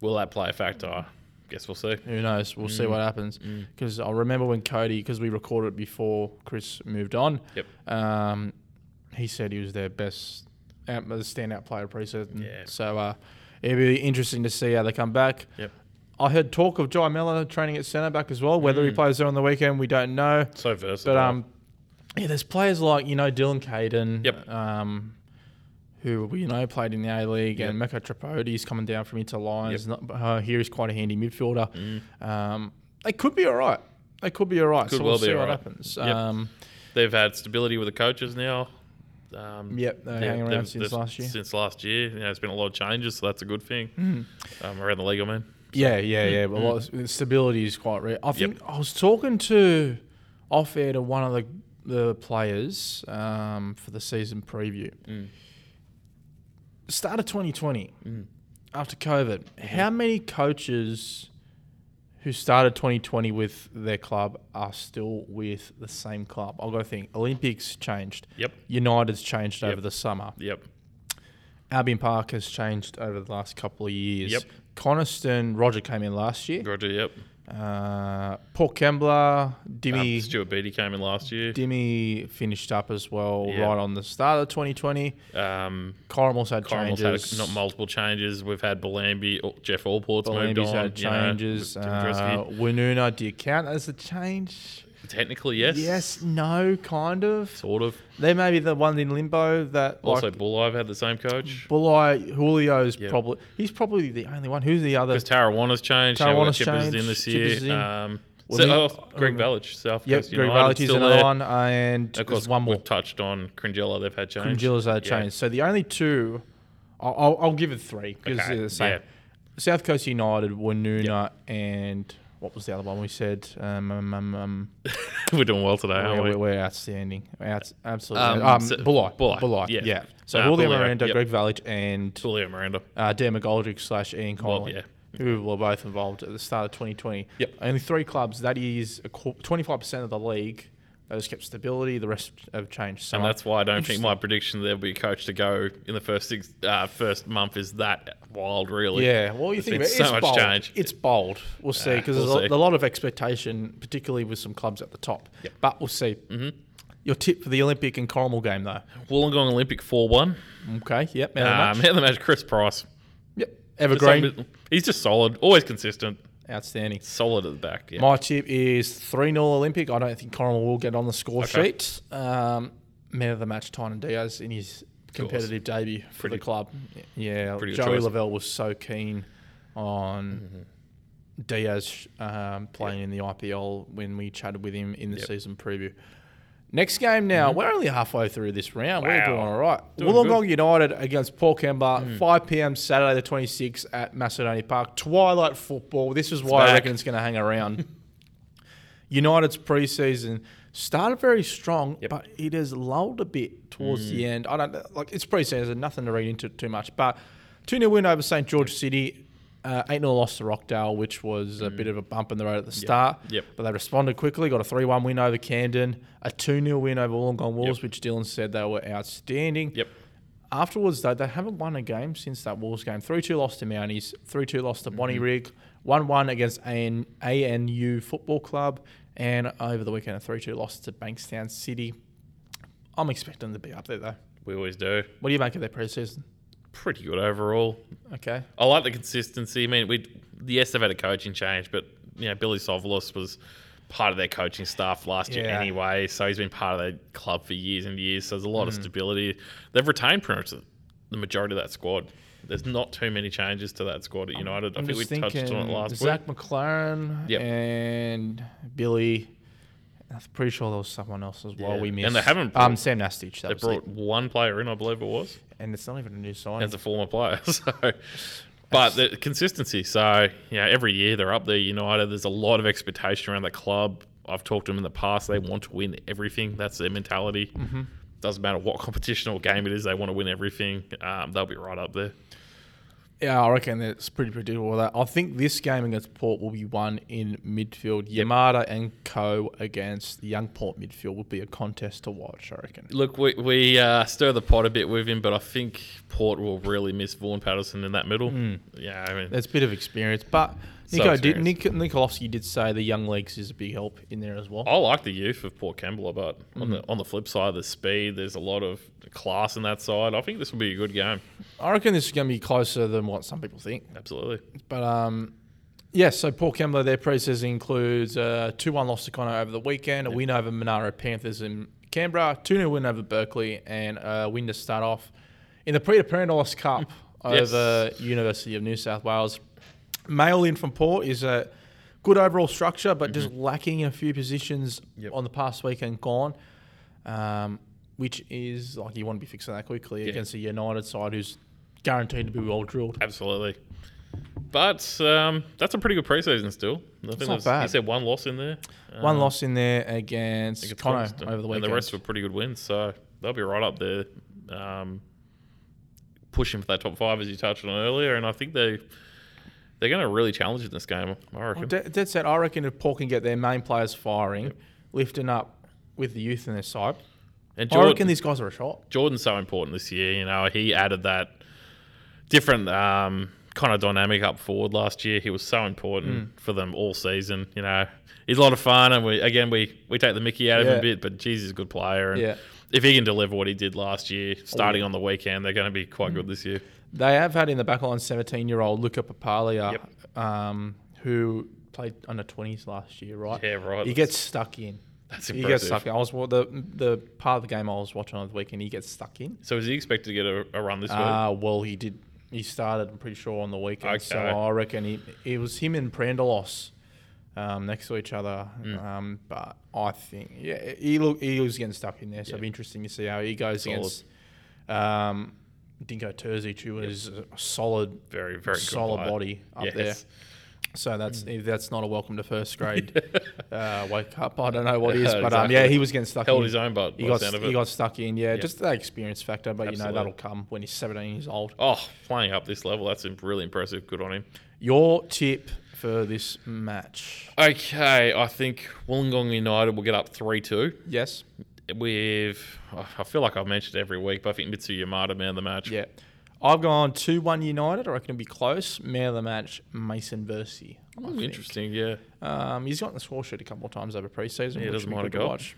Speaker 1: will that play a factor? I guess we'll see.
Speaker 2: Who knows? We'll see what happens. Because I remember when Cody, because we recorded it before Chris moved on.
Speaker 1: Yep.
Speaker 2: Um, he said he was their best out- uh, standout player preseason.
Speaker 1: Yeah.
Speaker 2: So uh, it'd be interesting to see how they come back.
Speaker 1: Yep.
Speaker 2: I heard talk of Jai Miller training at centre back as well. Whether he plays there on the weekend, we don't know.
Speaker 1: So versatile.
Speaker 2: But um, yeah, there's players like you know Dylan Caden.
Speaker 1: Yep.
Speaker 2: Um, who you know played in the A League and Mecca Tripodi's coming down from Inter Lions. Not, uh, here is quite a handy midfielder. Um, they could be all right. They could be all right.
Speaker 1: Mm. Could
Speaker 2: so
Speaker 1: well
Speaker 2: we'll
Speaker 1: be
Speaker 2: see
Speaker 1: all
Speaker 2: what
Speaker 1: right.
Speaker 2: happens.
Speaker 1: Yep.
Speaker 2: Um,
Speaker 1: they've had stability with the coaches now. Um,
Speaker 2: yep. They're
Speaker 1: yeah,
Speaker 2: uh, hanging
Speaker 1: they've-
Speaker 2: around since
Speaker 1: they've-
Speaker 2: last year. Hmm.
Speaker 1: Since last year, you know, it's been a lot of changes, so that's a good thing um, around the league. I mean,
Speaker 2: Yeah, yeah,
Speaker 1: Mm,
Speaker 2: yeah. But a lot of stability is quite rare. I think I was talking to off air to one of the the players um, for the season preview.
Speaker 1: Mm.
Speaker 2: Start of 2020, after COVID, how many coaches who started 2020 with their club are still with the same club? I'll go think. Olympics changed.
Speaker 1: Yep.
Speaker 2: United's changed over the summer.
Speaker 1: yep,
Speaker 2: Albion Park has changed over the last couple of years.
Speaker 1: Yep.
Speaker 2: Coniston, Roger came in last year.
Speaker 1: Roger, yep.
Speaker 2: Uh, Paul Kembla,
Speaker 1: Um,
Speaker 2: Dimmy,
Speaker 1: Stuart Beattie came in last year.
Speaker 2: Dimmy finished up as well
Speaker 1: Yeah.
Speaker 2: right on the start of 2020.
Speaker 1: Um,
Speaker 2: Coromel's had
Speaker 1: Coromel's had
Speaker 2: changes.
Speaker 1: a- not multiple changes. We've had Belambi, oh, Jeff Allport's moved
Speaker 2: Lambi's
Speaker 1: on.
Speaker 2: had
Speaker 1: you know,
Speaker 2: changes.
Speaker 1: Tim
Speaker 2: uh,
Speaker 1: Dresky.
Speaker 2: Winuna, do you count as a change?
Speaker 1: Technically, yes.
Speaker 2: Yes, no, kind of.
Speaker 1: Sort of.
Speaker 2: They may be the one in limbo that like,
Speaker 1: also, Bull I've had the same coach.
Speaker 2: Bulai, Julio's
Speaker 1: Yeah.
Speaker 2: probably he's probably the only one. Who's the other?
Speaker 1: Because Tarawana's changed. you know,
Speaker 2: Tarawana's
Speaker 1: Chipper's
Speaker 2: changed,
Speaker 1: in this
Speaker 2: Chipper's in.
Speaker 1: year. Um,
Speaker 2: Well,
Speaker 1: so-
Speaker 2: the-
Speaker 1: oh, Greg Vallage, South
Speaker 2: Yep,
Speaker 1: Coast
Speaker 2: Greg
Speaker 1: United,
Speaker 2: Valatis is
Speaker 1: still
Speaker 2: another
Speaker 1: there.
Speaker 2: one, and
Speaker 1: Of course,
Speaker 2: there's one more.
Speaker 1: we've touched on Cringella. They've had change.
Speaker 2: Gilles are
Speaker 1: Yeah.
Speaker 2: changed. uh, So the only two, I'll, I'll, I'll give it three because
Speaker 1: Okay,
Speaker 2: they're the same.
Speaker 1: yeah.
Speaker 2: South Coast United, Winuna, and what was the other one we said? Um, um, um, um,
Speaker 1: We're doing well today, aren't we?
Speaker 2: Oh, we're, we're outstanding. Outs- absolutely.
Speaker 1: Oh, Um,
Speaker 2: Um, um,
Speaker 1: so-
Speaker 2: Bulai.
Speaker 1: Bulai,
Speaker 2: Bulai,
Speaker 1: yeah.
Speaker 2: Yeah. So
Speaker 1: Nah,
Speaker 2: William
Speaker 1: Bulai,
Speaker 2: Miranda,
Speaker 1: yep.
Speaker 2: Greg Vallage, and
Speaker 1: Julio Miranda.
Speaker 2: uh, Dan McGoldrick slash Ian Connolly,
Speaker 1: yeah.
Speaker 2: who were both involved at the start of 2020.
Speaker 1: Yep.
Speaker 2: Only three clubs. That is a qu- 25% of the league. Those kept stability. The rest have changed. So
Speaker 1: And that's why I don't think my prediction there'll be a coach to go in the first six, uh, first month is that wild, really.
Speaker 2: Yeah, well, you
Speaker 1: been
Speaker 2: think about it,
Speaker 1: so
Speaker 2: it's
Speaker 1: much
Speaker 2: bold.
Speaker 1: change.
Speaker 2: It's bold. We'll see because
Speaker 1: we'll
Speaker 2: there's
Speaker 1: see.
Speaker 2: a, a lot of expectation, particularly with some clubs at the top. But we'll see. Mm-hmm. Your tip for the Olympic and Cornwall game, though.
Speaker 1: Wollongong Olympic 4 1.
Speaker 2: Okay. Yep. Man of the
Speaker 1: Um,
Speaker 2: match.
Speaker 1: man of the match, Chris Price.
Speaker 2: Yep.
Speaker 1: Just
Speaker 2: Evergreen.
Speaker 1: some- He's just solid, always consistent,
Speaker 2: Outstanding.
Speaker 1: solid at the back. Yeah.
Speaker 2: My tip is 3 0 Olympic. I don't think Cornwall will get on the score
Speaker 1: Okay.
Speaker 2: sheet. Um, man of the match, Tynan Diaz, in his competitive debut for the club. Yeah.
Speaker 1: pretty good
Speaker 2: Joey
Speaker 1: choice.
Speaker 2: Lavelle was so keen on
Speaker 1: Mm-hmm.
Speaker 2: Diaz um, playing in the IPL when we chatted with him in the season preview. Next game now, we're only halfway through this round. We're
Speaker 1: Mm-hmm. Wow.
Speaker 2: doing all right. Wollongong United against Paul Kemba,
Speaker 1: Hmm.
Speaker 2: 5 p.m. Saturday the 26th at Macedonia Park. Twilight football. This is why I
Speaker 1: back.
Speaker 2: reckon it's going to hang around. United's preseason started very strong, but it has lulled a bit towards
Speaker 1: Hmm.
Speaker 2: the end. I don't like it's preseason, nothing to read into it too much. But 2 0 win over St George City, 8 0 loss to Rockdale, which was a bit of a bump in the road at the start.
Speaker 1: Hmm. Yep.
Speaker 2: But they responded quickly, got a 3 1 win over Camden, a 2 0 win over Wollongong Wolves, which Dylan said they were outstanding.
Speaker 1: Yep.
Speaker 2: Afterwards, though, they haven't won a game since that Wolves game. 3 2 loss to Mounties, 3 2 loss to
Speaker 1: Mm-hmm.
Speaker 2: Bonnie Rig, 1 1 against AN- ANU Football Club, and over the weekend, a 3 2 loss to Bankstown City. I'm expecting them to be up there, though.
Speaker 1: We always do.
Speaker 2: What do you make of their preseason?
Speaker 1: Pretty good overall.
Speaker 2: Okay.
Speaker 1: I like the consistency. I mean, we yes, they've had a coaching change, but you know, Billy Sovlos was part of their coaching staff last year
Speaker 2: Yeah.
Speaker 1: anyway, so he's been part of their club for years and years. So there's a lot
Speaker 2: Mm.
Speaker 1: of stability. They've retained pretty much the- the majority of that squad. There's not too many changes to that squad at United. i
Speaker 2: I'm
Speaker 1: think we
Speaker 2: just
Speaker 1: touched on it
Speaker 2: thinking
Speaker 1: last week.
Speaker 2: Zach McLaren
Speaker 1: Yep.
Speaker 2: and Billy. I'm pretty sure there was someone else as well
Speaker 1: Yeah.
Speaker 2: we
Speaker 1: And
Speaker 2: missed.
Speaker 1: they haven't
Speaker 2: um,
Speaker 1: brought-
Speaker 2: Sam Nastich. That
Speaker 1: They
Speaker 2: was it.
Speaker 1: brought one player in, I believe it was,
Speaker 2: And it's not even a new sign.
Speaker 1: as a former player. So, but the consistency. So, you know, every year they're up there. United. There's a lot of expectation around the club. I've talked to them in the past. They want to win everything. That's their mentality. Mm-hmm. Doesn't matter what competition or game it is. They want to win everything. Um, they'll be right up there.
Speaker 2: Yeah, I reckon that's pretty predictable. That I think this game against Port will be won in midfield. Yamada and Co against the young Port midfield will be a contest to watch. I reckon.
Speaker 1: Look, we, we uh, stir the pot a bit with him, but I think Port will really miss Vaughan Patterson in that middle. Yeah, I mean,
Speaker 2: That's a bit of experience, but Nico did, Nik,
Speaker 1: experienced.
Speaker 2: Nikolovsky did say the young legs is a big help in there as well.
Speaker 1: I like the youth of Port Kembla, but on the on the flip side, the speed. There's a lot of class in that side. I think this will be a good game.
Speaker 2: I reckon this is going to be closer than what some people think.
Speaker 1: Absolutely.
Speaker 2: But um, yes, so Paul Kembler, their preseason includes a 2 1 loss to Connor over the weekend, a win over Monaro Panthers in Canberra, 2 0 win over Berkeley, and a win to start off in the Peter Parandos Cup
Speaker 1: Yes.
Speaker 2: over University of New South Wales. Mail in from Port is a good overall structure, but just lacking in a few positions
Speaker 1: Mm-hmm. Yep.
Speaker 2: on the past weekend gone. Um, which is like you want to be fixing that quickly against a United side who's guaranteed to be well drilled.
Speaker 1: Absolutely. But um, that's a pretty good preseason still. I think
Speaker 2: not
Speaker 1: there's-
Speaker 2: bad.
Speaker 1: He said one loss in there.
Speaker 2: One loss in there against
Speaker 1: It's
Speaker 2: Connor
Speaker 1: Coniston.
Speaker 2: over the weekend.
Speaker 1: And the rest were pretty good wins, so they'll be right up there, um, pushing for that top five as you touched on earlier. And I think they they're going to really challenge in this game. I reckon.
Speaker 2: De- dead set. I reckon if Paul can get their main players firing, lifting up with the youth in their side,
Speaker 1: and
Speaker 2: I
Speaker 1: Jordan,
Speaker 2: reckon these guys are a shot.
Speaker 1: Jordan's so important this year. You know, he added that different um, kind of dynamic up forward last year. He was so important
Speaker 2: Mm.
Speaker 1: for them all season. You know, he's a lot of fun, and we again we we take the Mickey out of him
Speaker 2: Yeah.
Speaker 1: a bit, but geez, he's a good player. And
Speaker 2: Yeah. Oh,
Speaker 1: If he can deliver what he did last year, starting on the weekend, they're going to be quite good this year.
Speaker 2: They have had in the back line 17 year old Luca Papalia, um, who played under 20s last year, right?
Speaker 1: Yeah, right.
Speaker 2: He gets stuck in.
Speaker 1: That's
Speaker 2: He
Speaker 1: impressive.
Speaker 2: gets stuck in. I was well, the the part of the game I was watching on the weekend. He gets stuck in.
Speaker 1: So is he expected to get a, a run this week?
Speaker 2: Uh, well, he did. He started, I'm pretty sure, on the weekend. So
Speaker 1: Okay.
Speaker 2: I reckon he, it was him and Prandalos um, next to each other.
Speaker 1: Mm.
Speaker 2: Um, but I think, yeah, he, look, he was getting stuck in there. So it'll be interesting to see how he goes
Speaker 1: Solid.
Speaker 2: against um, Dinko Terzic, who is a solid,
Speaker 1: Very, very good
Speaker 2: solid
Speaker 1: player.
Speaker 2: body up there.
Speaker 1: Yes. Mm.
Speaker 2: So that's if that's not a welcome to first grade uh, wake up. I don't know what is,
Speaker 1: Yeah,
Speaker 2: but um,
Speaker 1: exactly.
Speaker 2: yeah, he was getting stuck
Speaker 1: Held
Speaker 2: in.
Speaker 1: his own, but by
Speaker 2: He
Speaker 1: the
Speaker 2: got,
Speaker 1: sound of
Speaker 2: he
Speaker 1: it.
Speaker 2: got stuck in, yeah, just that experience factor. But you know
Speaker 1: Absolutely.
Speaker 2: that'll come when he's 17 years old.
Speaker 1: Oh, playing up this level, that's really impressive. Good on him.
Speaker 2: Your tip for this match?
Speaker 1: Okay, I think Wollongong United will get up 3 2.
Speaker 2: Yes.
Speaker 1: With, I feel like I've mentioned every week, but I think Mitsu Yamada man of the match.
Speaker 2: Yeah. I've gone 2 1 United. I reckon it'll be close. Man of the match, Mason Versey. I
Speaker 1: Ooh,
Speaker 2: think.
Speaker 1: Oh, Hmm, interesting, yeah.
Speaker 2: Um, he's gotten the score sheet a couple of times over preseason.
Speaker 1: Yeah,
Speaker 2: which
Speaker 1: doesn't
Speaker 2: would be
Speaker 1: mind a
Speaker 2: good to
Speaker 1: goal.
Speaker 2: watch.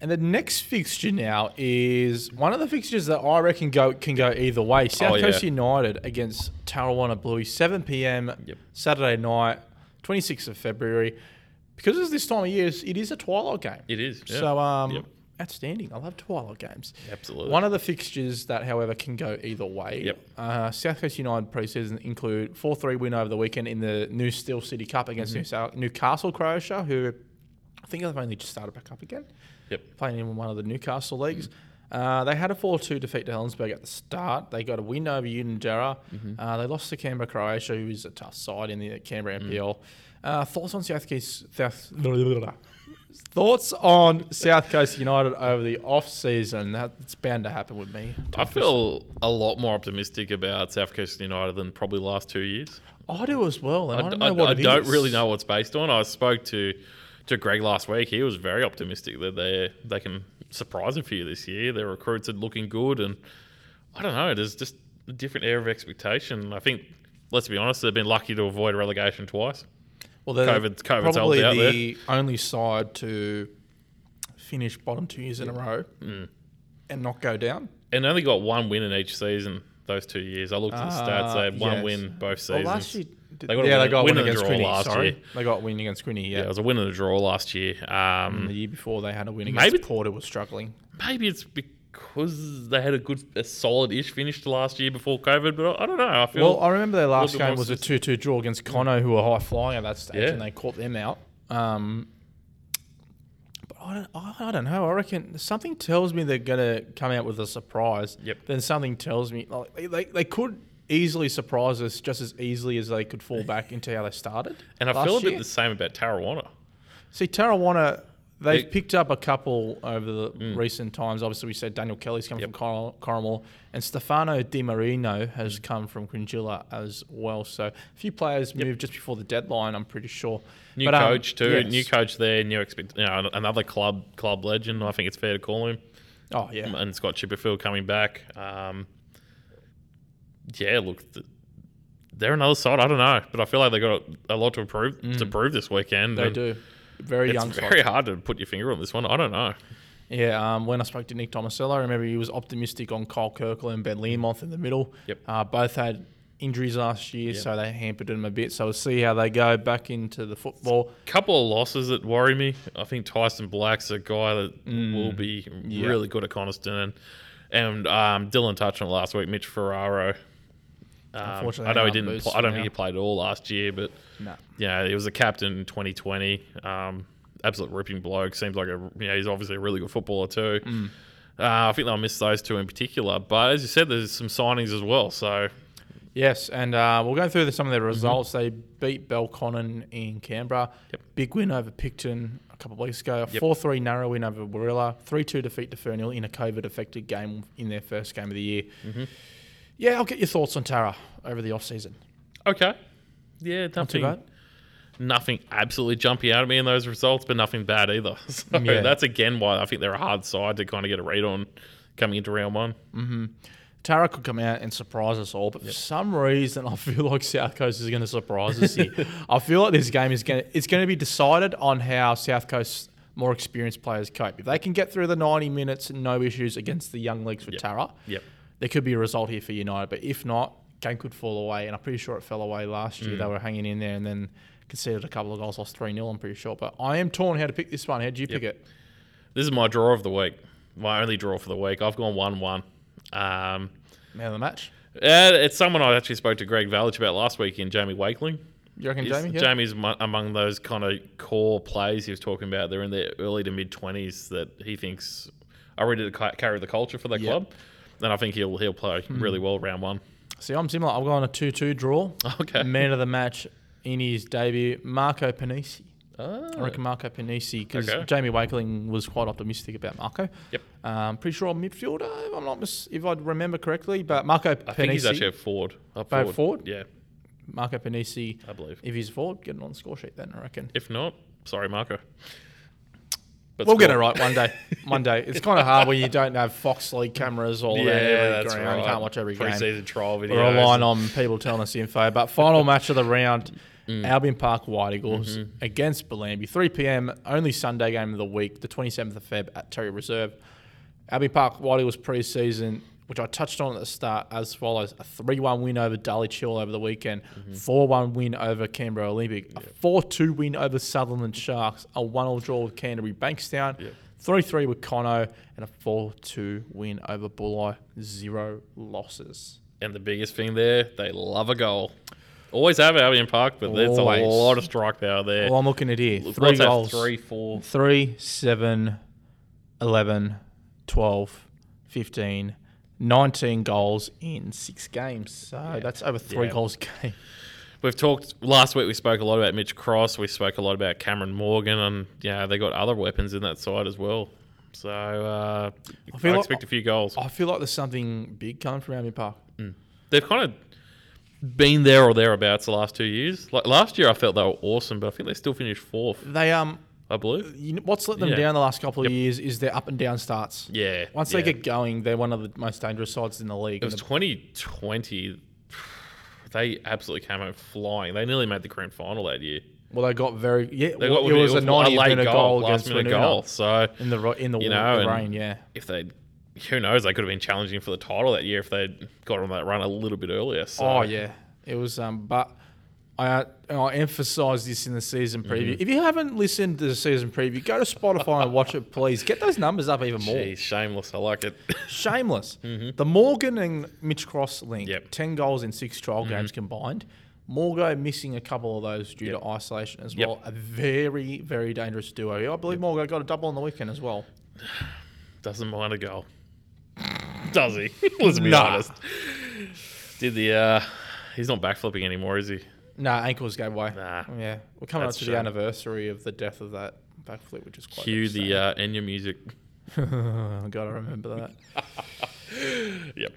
Speaker 2: And the next fixture now is one of the fixtures that I reckon go can go either way. South
Speaker 1: Oh, yeah.
Speaker 2: Coast United against Tarawana Bluey, 7 p.m.
Speaker 1: Yep.
Speaker 2: Saturday night, 26th of February. Because it's this time of year, it's- it is a twilight game.
Speaker 1: It is. Yeah.
Speaker 2: So um,
Speaker 1: Yep.
Speaker 2: outstanding. I love Twilight games.
Speaker 1: Absolutely.
Speaker 2: One of the fixtures that, however, can go either way.
Speaker 1: Yep.
Speaker 2: Uh, South Coast United preseason include 4-3 win over the weekend in the New Steel City Cup against
Speaker 1: Mm-hmm.
Speaker 2: New South Newcastle Croatia, who I think they've only just started back up again,
Speaker 1: Yep.
Speaker 2: playing in one of the Newcastle
Speaker 1: Mm.
Speaker 2: leagues. Uh, they had a 4-2 defeat to Helensburgh at the start. They got a win over Unidera.
Speaker 1: Mm-hmm.
Speaker 2: Uh, they lost to Canberra Croatia, who is a tough side in the
Speaker 1: Mm.
Speaker 2: Canberra NPL. Uh, thoughts on South Coast? South, Thoughts on South Coast United over the off season? That's bound to happen with me.
Speaker 1: I feel a lot more optimistic about South Coast United than probably last two years.
Speaker 2: I do as well, and I,
Speaker 1: I,
Speaker 2: don't
Speaker 1: I-
Speaker 2: know what
Speaker 1: I
Speaker 2: it
Speaker 1: don't
Speaker 2: is.
Speaker 1: really know what's based on. I spoke to to Greg last week. He was very optimistic that they they can surprise a few this year. Their recruits are looking good, and I don't know. There's just a different air of expectation. I think, let's be honest, they've been lucky to avoid relegation twice.
Speaker 2: Well, they're
Speaker 1: COVID- COVID's held
Speaker 2: probably
Speaker 1: out there.
Speaker 2: the only side to finish bottom two years in a row
Speaker 1: Mm.
Speaker 2: and not go down.
Speaker 1: and only got one win in each season those two years. I looked at the stats; they had one
Speaker 2: Ah, yes.
Speaker 1: win both
Speaker 2: Well,
Speaker 1: seasons.
Speaker 2: last year,
Speaker 1: They got a
Speaker 2: yeah,
Speaker 1: win-
Speaker 2: they got a
Speaker 1: win and
Speaker 2: win
Speaker 1: a
Speaker 2: against
Speaker 1: draw
Speaker 2: Quinny.
Speaker 1: last
Speaker 2: sorry,
Speaker 1: year.
Speaker 2: they got a win against Quinny. Yeah.
Speaker 1: yeah, it was a win and a draw last year. Um,
Speaker 2: the year before they had a win against
Speaker 1: Maybe-
Speaker 2: Porter was struggling.
Speaker 1: Maybe it's because they had a good, a solid-ish finish to last year before COVID. But I don't know. I feel
Speaker 2: Well, I remember their last
Speaker 1: bit more
Speaker 2: game was a 2 2 draw against Cono, who were high flying at that stage,
Speaker 1: Yeah.
Speaker 2: and they caught them out. Um, but I don't, I, I don't know. I reckon something tells me they're going to come out with a surprise.
Speaker 1: Yep.
Speaker 2: Then something tells me like, they, they, they could easily surprise us just as easily as they could fall back into how they started.
Speaker 1: and I
Speaker 2: last
Speaker 1: feel a bit
Speaker 2: year.
Speaker 1: the same about Tarawana.
Speaker 2: See, Tarawana, They've
Speaker 1: They- Mm.
Speaker 2: picked up a couple over the recent times. Obviously, we said Daniel Kelly's come from Coral- Coromel, and Stefano Di Marino
Speaker 1: Mm.
Speaker 2: has come from Gringilla as well. So a few players moved just before the deadline, I'm pretty sure.
Speaker 1: New
Speaker 2: But, um,
Speaker 1: coach too.
Speaker 2: yes.
Speaker 1: New coach there. New expect. You know, another club club legend. I think it's fair to call him.
Speaker 2: Oh, yeah.
Speaker 1: And Scott Chipperfield coming back. Um, yeah, look, th- they're another side. I don't know, but I feel like they got a lot to improve to prove this weekend.
Speaker 2: Mm. They
Speaker 1: and
Speaker 2: do. Very
Speaker 1: It's
Speaker 2: young side.
Speaker 1: very hard to put your finger on this one. I don't know.
Speaker 2: Yeah, um, when I spoke to Nick Tomasello, I remember he was optimistic on Kyle Kirkle and Ben Learmonth in the middle.
Speaker 1: Mm. Yep.
Speaker 2: Uh, both had injuries last year, so they hampered them a bit. So we'll see how they go back into the football.
Speaker 1: Couple of losses that worry me. I think Tyson Black's a guy that
Speaker 2: Mm.
Speaker 1: will be really good at Coniston, and, and um, Dylan touched on it last week. Mitch Ferraro. Um,
Speaker 2: Unfortunately,
Speaker 1: I know he
Speaker 2: out of
Speaker 1: didn't.
Speaker 2: boost
Speaker 1: Pl- I don't
Speaker 2: now.
Speaker 1: think he played at all last year, but
Speaker 2: No.
Speaker 1: Yeah, he was a captain in 2020. Um, absolute ripping bloke. Seems like a you know, he's obviously a really good footballer too.
Speaker 2: Mm.
Speaker 1: Uh, I think they'll miss those two in particular. But as you said, there's some signings as well. So
Speaker 2: Yes, and uh, we'll go through the, some of their results. They beat Belconnen in Canberra.
Speaker 1: Yep.
Speaker 2: Big win over Picton a couple of weeks ago. A 4 3 narrow win over Warilla. 3 2 defeat to Fernhill in a COVID affected game in their first game of the year. Yeah, I'll get your thoughts on Tara over the off season.
Speaker 1: okay, yeah, nothing,
Speaker 2: Too bad.
Speaker 1: nothing absolutely jumping out at me in those results, but nothing bad either. So
Speaker 2: Yeah.
Speaker 1: that's again why I think they're a hard side to kind of get a read on coming into round one.
Speaker 2: Tara could come out and surprise us all, but for some reason, I feel like South Coast is going to surprise us here. I feel like this game is going to, it's going to be decided on how South Coast's more experienced players cope. If they can get through the 90 minutes and no issues against the young leagues for Tara,
Speaker 1: Yep.
Speaker 2: there could be a result here for United. But if not, game could fall away. And I'm pretty sure it fell away last year. They
Speaker 1: Mm.
Speaker 2: were hanging in there and then conceded a couple of goals, lost 3 0, I'm pretty sure. But I am torn how to pick this one. How do you pick it?
Speaker 1: This is my draw of the week. My only draw for the week. I've gone one-one. Um,
Speaker 2: Man of the match?
Speaker 1: Uh, it's someone I actually spoke to Greg Valich about last week in Jamie Wakeling.
Speaker 2: You reckon,
Speaker 1: He's-
Speaker 2: Jamie? Yeah?
Speaker 1: Jamie's mo- among those kind of core plays he was talking about. They're in their early to mid twenties that he thinks are ready to ca- carry the culture for their
Speaker 2: Yep.
Speaker 1: club, and I think he'll he'll play
Speaker 2: Hmm.
Speaker 1: really well round one.
Speaker 2: See, I'm similar. I've gone a 2 2 draw.
Speaker 1: Okay.
Speaker 2: Man of the match in his debut, Marco Panisi. Ah. I
Speaker 1: Oh,
Speaker 2: reckon Marco Panisi because
Speaker 1: Okay.
Speaker 2: Jamie Wakeling was quite optimistic about Marco.
Speaker 1: Yep.
Speaker 2: Um, pretty sure a midfielder, if I'm not mis- if I remember correctly, but Marco
Speaker 1: I think he's actually
Speaker 2: Panisi.
Speaker 1: a forward. Up
Speaker 2: Back forward?
Speaker 1: Yeah,
Speaker 2: Marco Panisi,
Speaker 1: I believe.
Speaker 2: if he's forward, getting on the score sheet then I reckon.
Speaker 1: If not, sorry, Marco. But
Speaker 2: We'll get it
Speaker 1: score.
Speaker 2: right one day. One day. It's kind of hard when you don't have Fox League cameras all around
Speaker 1: Yeah,
Speaker 2: every
Speaker 1: that's
Speaker 2: ground.
Speaker 1: right.
Speaker 2: You can't watch every game.
Speaker 1: Pre-season trial videos.
Speaker 2: We relying on people telling us the info. But final match of the round, Albion Park White Eagles against Balambi. 3 p.m., only Sunday game of the week, the 27th of Feb at Terry Reserve. Albion Park White Eagles pre-season, which I touched on at the start, as follows. A 3-1 win over Dulwich Hill over the weekend, 4-1 win over Canberra Olympic, a 4-2 win over Sutherland Sharks, a 1-0 draw with Canterbury Bankstown, 3-3 with Cono, and a 4-2 win over Bulleye. Zero losses.
Speaker 1: And the biggest thing there, they love a goal. Always have Albion Park, but there's a
Speaker 2: Always.
Speaker 1: lot of strike power there.
Speaker 2: Well, I'm looking at here. Three
Speaker 1: What's that,
Speaker 2: goals.
Speaker 1: Three, four.
Speaker 2: Three, seven, 11, 12, 15, 19 goals in six games. So that's over three
Speaker 1: Yeah.
Speaker 2: goals a game.
Speaker 1: We've talked last week. We spoke a lot about Mitch Cross. We spoke a lot about Cameron Morgan, and yeah, they got other weapons in that side as well. So uh, I,
Speaker 2: feel like-
Speaker 1: expect a few goals.
Speaker 2: I feel like there's something big coming from Albion Park.
Speaker 1: They've kind of been there or thereabouts the last two years. Like last year, I felt they were awesome, but I think they still finished fourth.
Speaker 2: They um,
Speaker 1: I believe.
Speaker 2: you know, what's let them
Speaker 1: Yeah.
Speaker 2: down the last couple of years is their up and down starts.
Speaker 1: Yeah.
Speaker 2: Once
Speaker 1: yeah.
Speaker 2: they get going, they're one of the most dangerous sides in the league.
Speaker 1: It was 2020. They absolutely came out flying. They nearly made the grand final that year.
Speaker 2: well, they got very yeah.
Speaker 1: They
Speaker 2: well,
Speaker 1: got-
Speaker 2: it was a
Speaker 1: a
Speaker 2: 90
Speaker 1: late
Speaker 2: minute
Speaker 1: goal,
Speaker 2: goal,
Speaker 1: last
Speaker 2: against
Speaker 1: minute
Speaker 2: Winona
Speaker 1: goal. So
Speaker 2: in the ro- in the,
Speaker 1: You
Speaker 2: wa-
Speaker 1: know,
Speaker 2: the
Speaker 1: and-
Speaker 2: rain. Yeah,
Speaker 1: if they, who knows, they could have been challenging for the title that year if they'd got on that run a little bit earlier. So
Speaker 2: Oh yeah, it was. Um, but I I emphasise this in the season
Speaker 1: Mm-hmm.
Speaker 2: preview. If you haven't listened to the season preview, go to Spotify and watch it, please. Get those numbers up even more.
Speaker 1: Geez, shameless. I like it.
Speaker 2: Shameless. The Morgan and Mitch Cross link.
Speaker 1: Mm-hmm. Yep. Mm-hmm.
Speaker 2: Ten goals in six trial games combined. Morgo missing a couple of those due to isolation as well. A very, very dangerous duo. I believe Morgo got a double on the weekend as well.
Speaker 1: Doesn't mind a goal. Does he? Let's be
Speaker 2: Nah.
Speaker 1: honest. Did the uh he's not backflipping anymore, is he?
Speaker 2: No, ankles gave way.
Speaker 1: Nah.
Speaker 2: Yeah. We're coming
Speaker 1: That's
Speaker 2: up to
Speaker 1: true.
Speaker 2: the anniversary of the death of that backflip, which is quite
Speaker 1: Cue the
Speaker 2: interesting.
Speaker 1: uh, Enya music.
Speaker 2: Gotta remember that.
Speaker 1: Yep.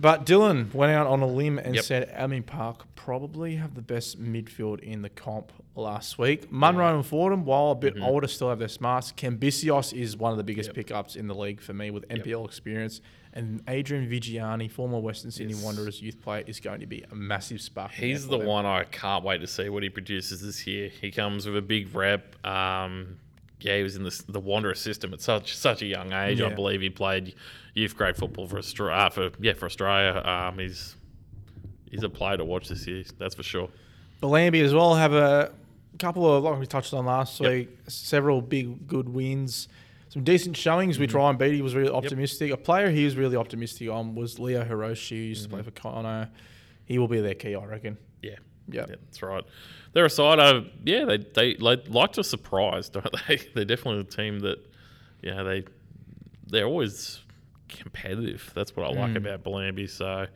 Speaker 2: But Dylan went out on a limb and
Speaker 1: Yep.
Speaker 2: said Amy Park probably have the best midfield in the comp last week. Munro and Fordham, while a
Speaker 1: Mm-hmm.
Speaker 2: bit older, still have their smarts. Cambisios is one of the biggest pickups in the league for me with NPL experience. And Adrian Vigiani, former Western Sydney
Speaker 1: Yes.
Speaker 2: Wanderers youth player, is going to be a massive spark. in
Speaker 1: He's
Speaker 2: there
Speaker 1: the
Speaker 2: for them.
Speaker 1: one I can't wait to see what he produces this year. He comes with a big rep. Um, yeah, he was in the, the Wanderer system at such such a young age. I
Speaker 2: Yeah.
Speaker 1: believe he played youth grade football for Australia. Uh, for yeah, for Australia. Um, he's he's a player to watch this year. That's for sure.
Speaker 2: Blamby as well have a couple of, like we touched on last week, several big good wins, some decent showings, which Ryan Beatty was really optimistic. A player he was really optimistic on was Leo Hiroshi, who used to play for Connor. He will be their key, I reckon.
Speaker 1: Yeah.
Speaker 2: Yeah.
Speaker 1: Yeah, that's right. They're a side of yeah, they they like, like to surprise, don't they? They're definitely a team that yeah, they they're always competitive. That's what I
Speaker 2: Mm.
Speaker 1: like about Blamby. So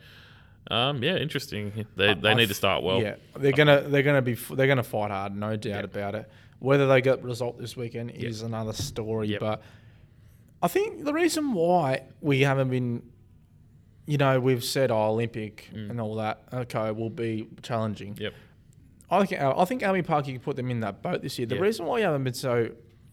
Speaker 1: um, yeah, interesting. They they
Speaker 2: I
Speaker 1: need
Speaker 2: f-
Speaker 1: to start well. uh,
Speaker 2: yeah, they're gonna they're gonna be f- they're gonna fight hard, no doubt about it. Whether they get result this weekend is another story,
Speaker 1: Yep.
Speaker 2: but I think the reason why we haven't been, you know, we've said oh, Olympic
Speaker 1: Mm.
Speaker 2: and all that. Okay, will be challenging.
Speaker 1: Yep.
Speaker 2: I think I think Albion Park you can put them in that boat this year. The
Speaker 1: Yeah.
Speaker 2: reason why you haven't been so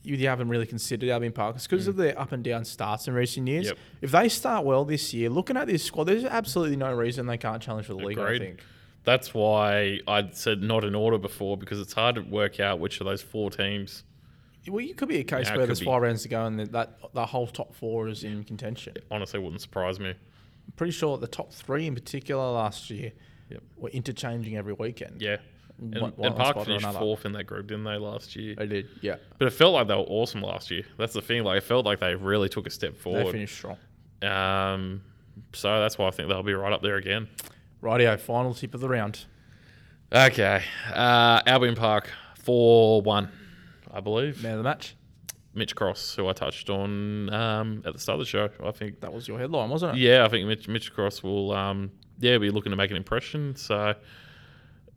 Speaker 2: you haven't really considered Albion Park is because of their up and down starts in recent years.
Speaker 1: Mm. Yep.
Speaker 2: If they start well this year, looking at this squad, there's absolutely no reason they can't challenge for the league. I
Speaker 1: Agreed.
Speaker 2: think.
Speaker 1: That's why I said not in order before because it's hard to work out which of those four teams.
Speaker 2: Well, you could be a case
Speaker 1: Yeah, it
Speaker 2: where
Speaker 1: could
Speaker 2: there's
Speaker 1: be.
Speaker 2: five rounds to go and that, that the whole top four is in contention.
Speaker 1: Honestly, wouldn't surprise me.
Speaker 2: I'm pretty sure the top three in particular last year
Speaker 1: Yep.
Speaker 2: were interchanging every weekend.
Speaker 1: Yeah, and,
Speaker 2: One- one
Speaker 1: and Park
Speaker 2: spot or
Speaker 1: finished
Speaker 2: another.
Speaker 1: fourth in that group, didn't they last year?
Speaker 2: They did. Yeah,
Speaker 1: But it felt like they were awesome last year. That's the thing. Like it felt like they really took a step
Speaker 2: they
Speaker 1: forward.
Speaker 2: finished strong.
Speaker 1: Um, so that's why I think they'll be right up there again.
Speaker 2: Rightio, final tip of the round.
Speaker 1: Okay. Uh, Albion Park, 4 1, I believe.
Speaker 2: Man of the match.
Speaker 1: Mitch Cross, who I touched on um, at the start of the show. I think,
Speaker 2: That was your headline, wasn't it?
Speaker 1: yeah, I think Mitch, Mitch Cross will, um, yeah, be looking to make an impression. So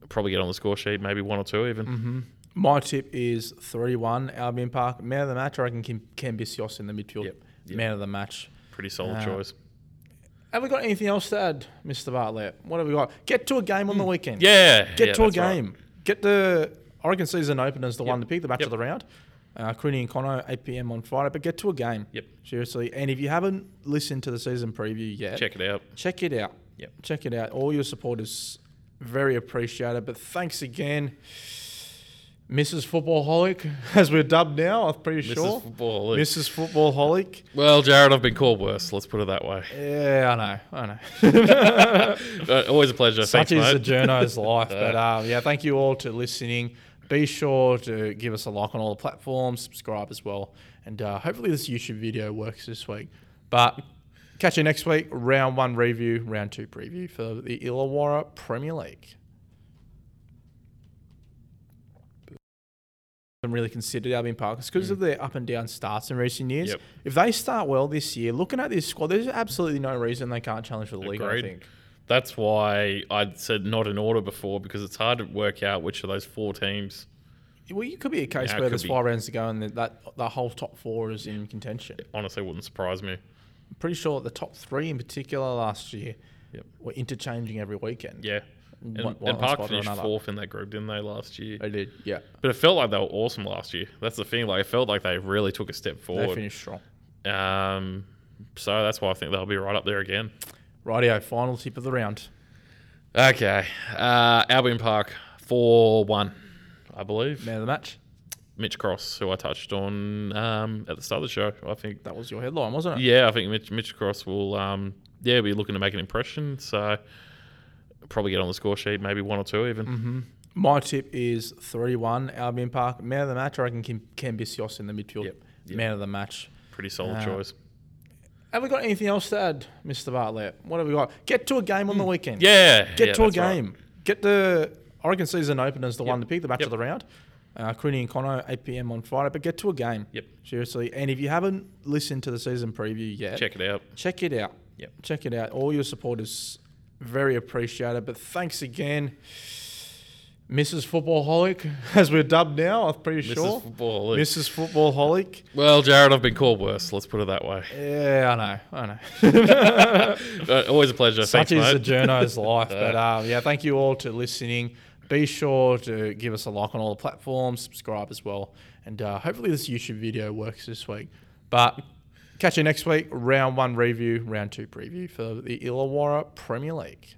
Speaker 1: probably get on the score sheet, maybe one or two even.
Speaker 2: Mm-hmm. My tip is 3 1 Albion Park. Man of the match, I reckon Kim, Ken Bissios in the midfield.
Speaker 1: Yep, yep.
Speaker 2: Man of the match.
Speaker 1: Pretty solid
Speaker 2: Uh,
Speaker 1: choice.
Speaker 2: Have we got anything else to add, Mr. Bartlett? What have we got? Get to a game on the weekend.
Speaker 1: Hmm. Yeah.
Speaker 2: Get
Speaker 1: yeah,
Speaker 2: to a
Speaker 1: that's right.
Speaker 2: game. Get the Oregon season opener is the one to pick, the match
Speaker 1: Yep.
Speaker 2: of the round. Uh, Cooney and Connor, 8 p.m. on Friday, but get to a game.
Speaker 1: Yep.
Speaker 2: Seriously. And if you haven't listened to the season preview yet,
Speaker 1: Check it out.
Speaker 2: check it out.
Speaker 1: Yep.
Speaker 2: Check it out. All your support is very appreciated. But thanks again, Mrs. Football Holic, as we're dubbed now, I'm pretty
Speaker 1: Mrs.
Speaker 2: sure.
Speaker 1: Football League.
Speaker 2: Mrs. Football Holic.
Speaker 1: Well, Jared, I've been called worse. Let's put it that way.
Speaker 2: Yeah, I know. I know.
Speaker 1: Uh, always a pleasure.
Speaker 2: Such
Speaker 1: Thanks,
Speaker 2: is the
Speaker 1: mate.
Speaker 2: journo's life. But um, yeah, thank you all to listening. Be sure to give us a like on all the platforms, subscribe as well, and uh, hopefully this YouTube video works this week. But catch you next week. Round one review, round two preview for the Illawarra Premier League. I'm really considered Albion Park because of their up and down starts in recent years.
Speaker 1: Mm. Yep.
Speaker 2: If they start well this year, looking at this squad, there's absolutely no reason they can't challenge for the league. I
Speaker 1: Agreed.
Speaker 2: think.
Speaker 1: That's why I said not in order before because it's hard to work out which of those four teams.
Speaker 2: Well, you could be a case
Speaker 1: Yeah, it
Speaker 2: where
Speaker 1: could
Speaker 2: there's
Speaker 1: be.
Speaker 2: five rounds to go and that, that the whole top four is in contention.
Speaker 1: Honestly, wouldn't surprise me.
Speaker 2: I'm pretty sure the top three in particular last year
Speaker 1: Yep.
Speaker 2: were interchanging every weekend.
Speaker 1: Yeah. And,
Speaker 2: One- one
Speaker 1: and Park
Speaker 2: spot or
Speaker 1: finished
Speaker 2: another.
Speaker 1: fourth in that group, didn't they, last year?
Speaker 2: They did, yeah.
Speaker 1: But it felt like they were awesome last year. That's the thing. Like it felt like they really took a step
Speaker 2: They
Speaker 1: forward.
Speaker 2: finished strong.
Speaker 1: Um, so that's why I think they'll be right up there again.
Speaker 2: Rightio, final tip of the round.
Speaker 1: Okay. Uh, Albion Park, four one, I believe.
Speaker 2: Man of the match.
Speaker 1: Mitch Cross, who I touched on um, at the start of the show, I think
Speaker 2: That was your headline, wasn't it?
Speaker 1: Yeah, I think Mitch, Mitch Cross will, um, yeah, be looking to make an impression. So probably get on the score sheet, maybe one or two even.
Speaker 2: Mm-hmm. My tip is 3 1 Albion Park. Man of the match, I reckon Kim, Ken Bissios in the midfield.
Speaker 1: Yep, yep.
Speaker 2: Man of the match.
Speaker 1: Pretty solid
Speaker 2: Uh,
Speaker 1: choice.
Speaker 2: Have we got anything else to add, Mr. Bartlett? What have we got? Get to a game on the weekend.
Speaker 1: Hmm. Yeah,
Speaker 2: get
Speaker 1: yeah,
Speaker 2: to a
Speaker 1: that's right.
Speaker 2: game. Get the Oregon season opener is the one to pick, the match
Speaker 1: Yep.
Speaker 2: of the round. Uh, Cooney and Connor, 8 p.m. on Friday, but get to a game.
Speaker 1: Yep.
Speaker 2: Seriously. And if you haven't listened to the season preview yet,
Speaker 1: Check it out.
Speaker 2: check it out.
Speaker 1: Yep.
Speaker 2: Check it out. All your support is very appreciated. But thanks again, Mrs. Football Holic, as we're dubbed now, I'm pretty
Speaker 1: Mrs.
Speaker 2: sure.
Speaker 1: Football. League.
Speaker 2: Mrs. Football Holic.
Speaker 1: Well, Jared, I've been called worse. Let's put it that way.
Speaker 2: Yeah, I know. I know.
Speaker 1: Uh, always a pleasure.
Speaker 2: Such
Speaker 1: Thanks,
Speaker 2: is
Speaker 1: mate.
Speaker 2: the journo's life. But um, yeah, thank you all to listening. Be sure to give us a like on all the platforms, subscribe as well, and uh, hopefully this YouTube video works this week. But catch you next week. Round one review, round two preview for the Illawarra Premier League.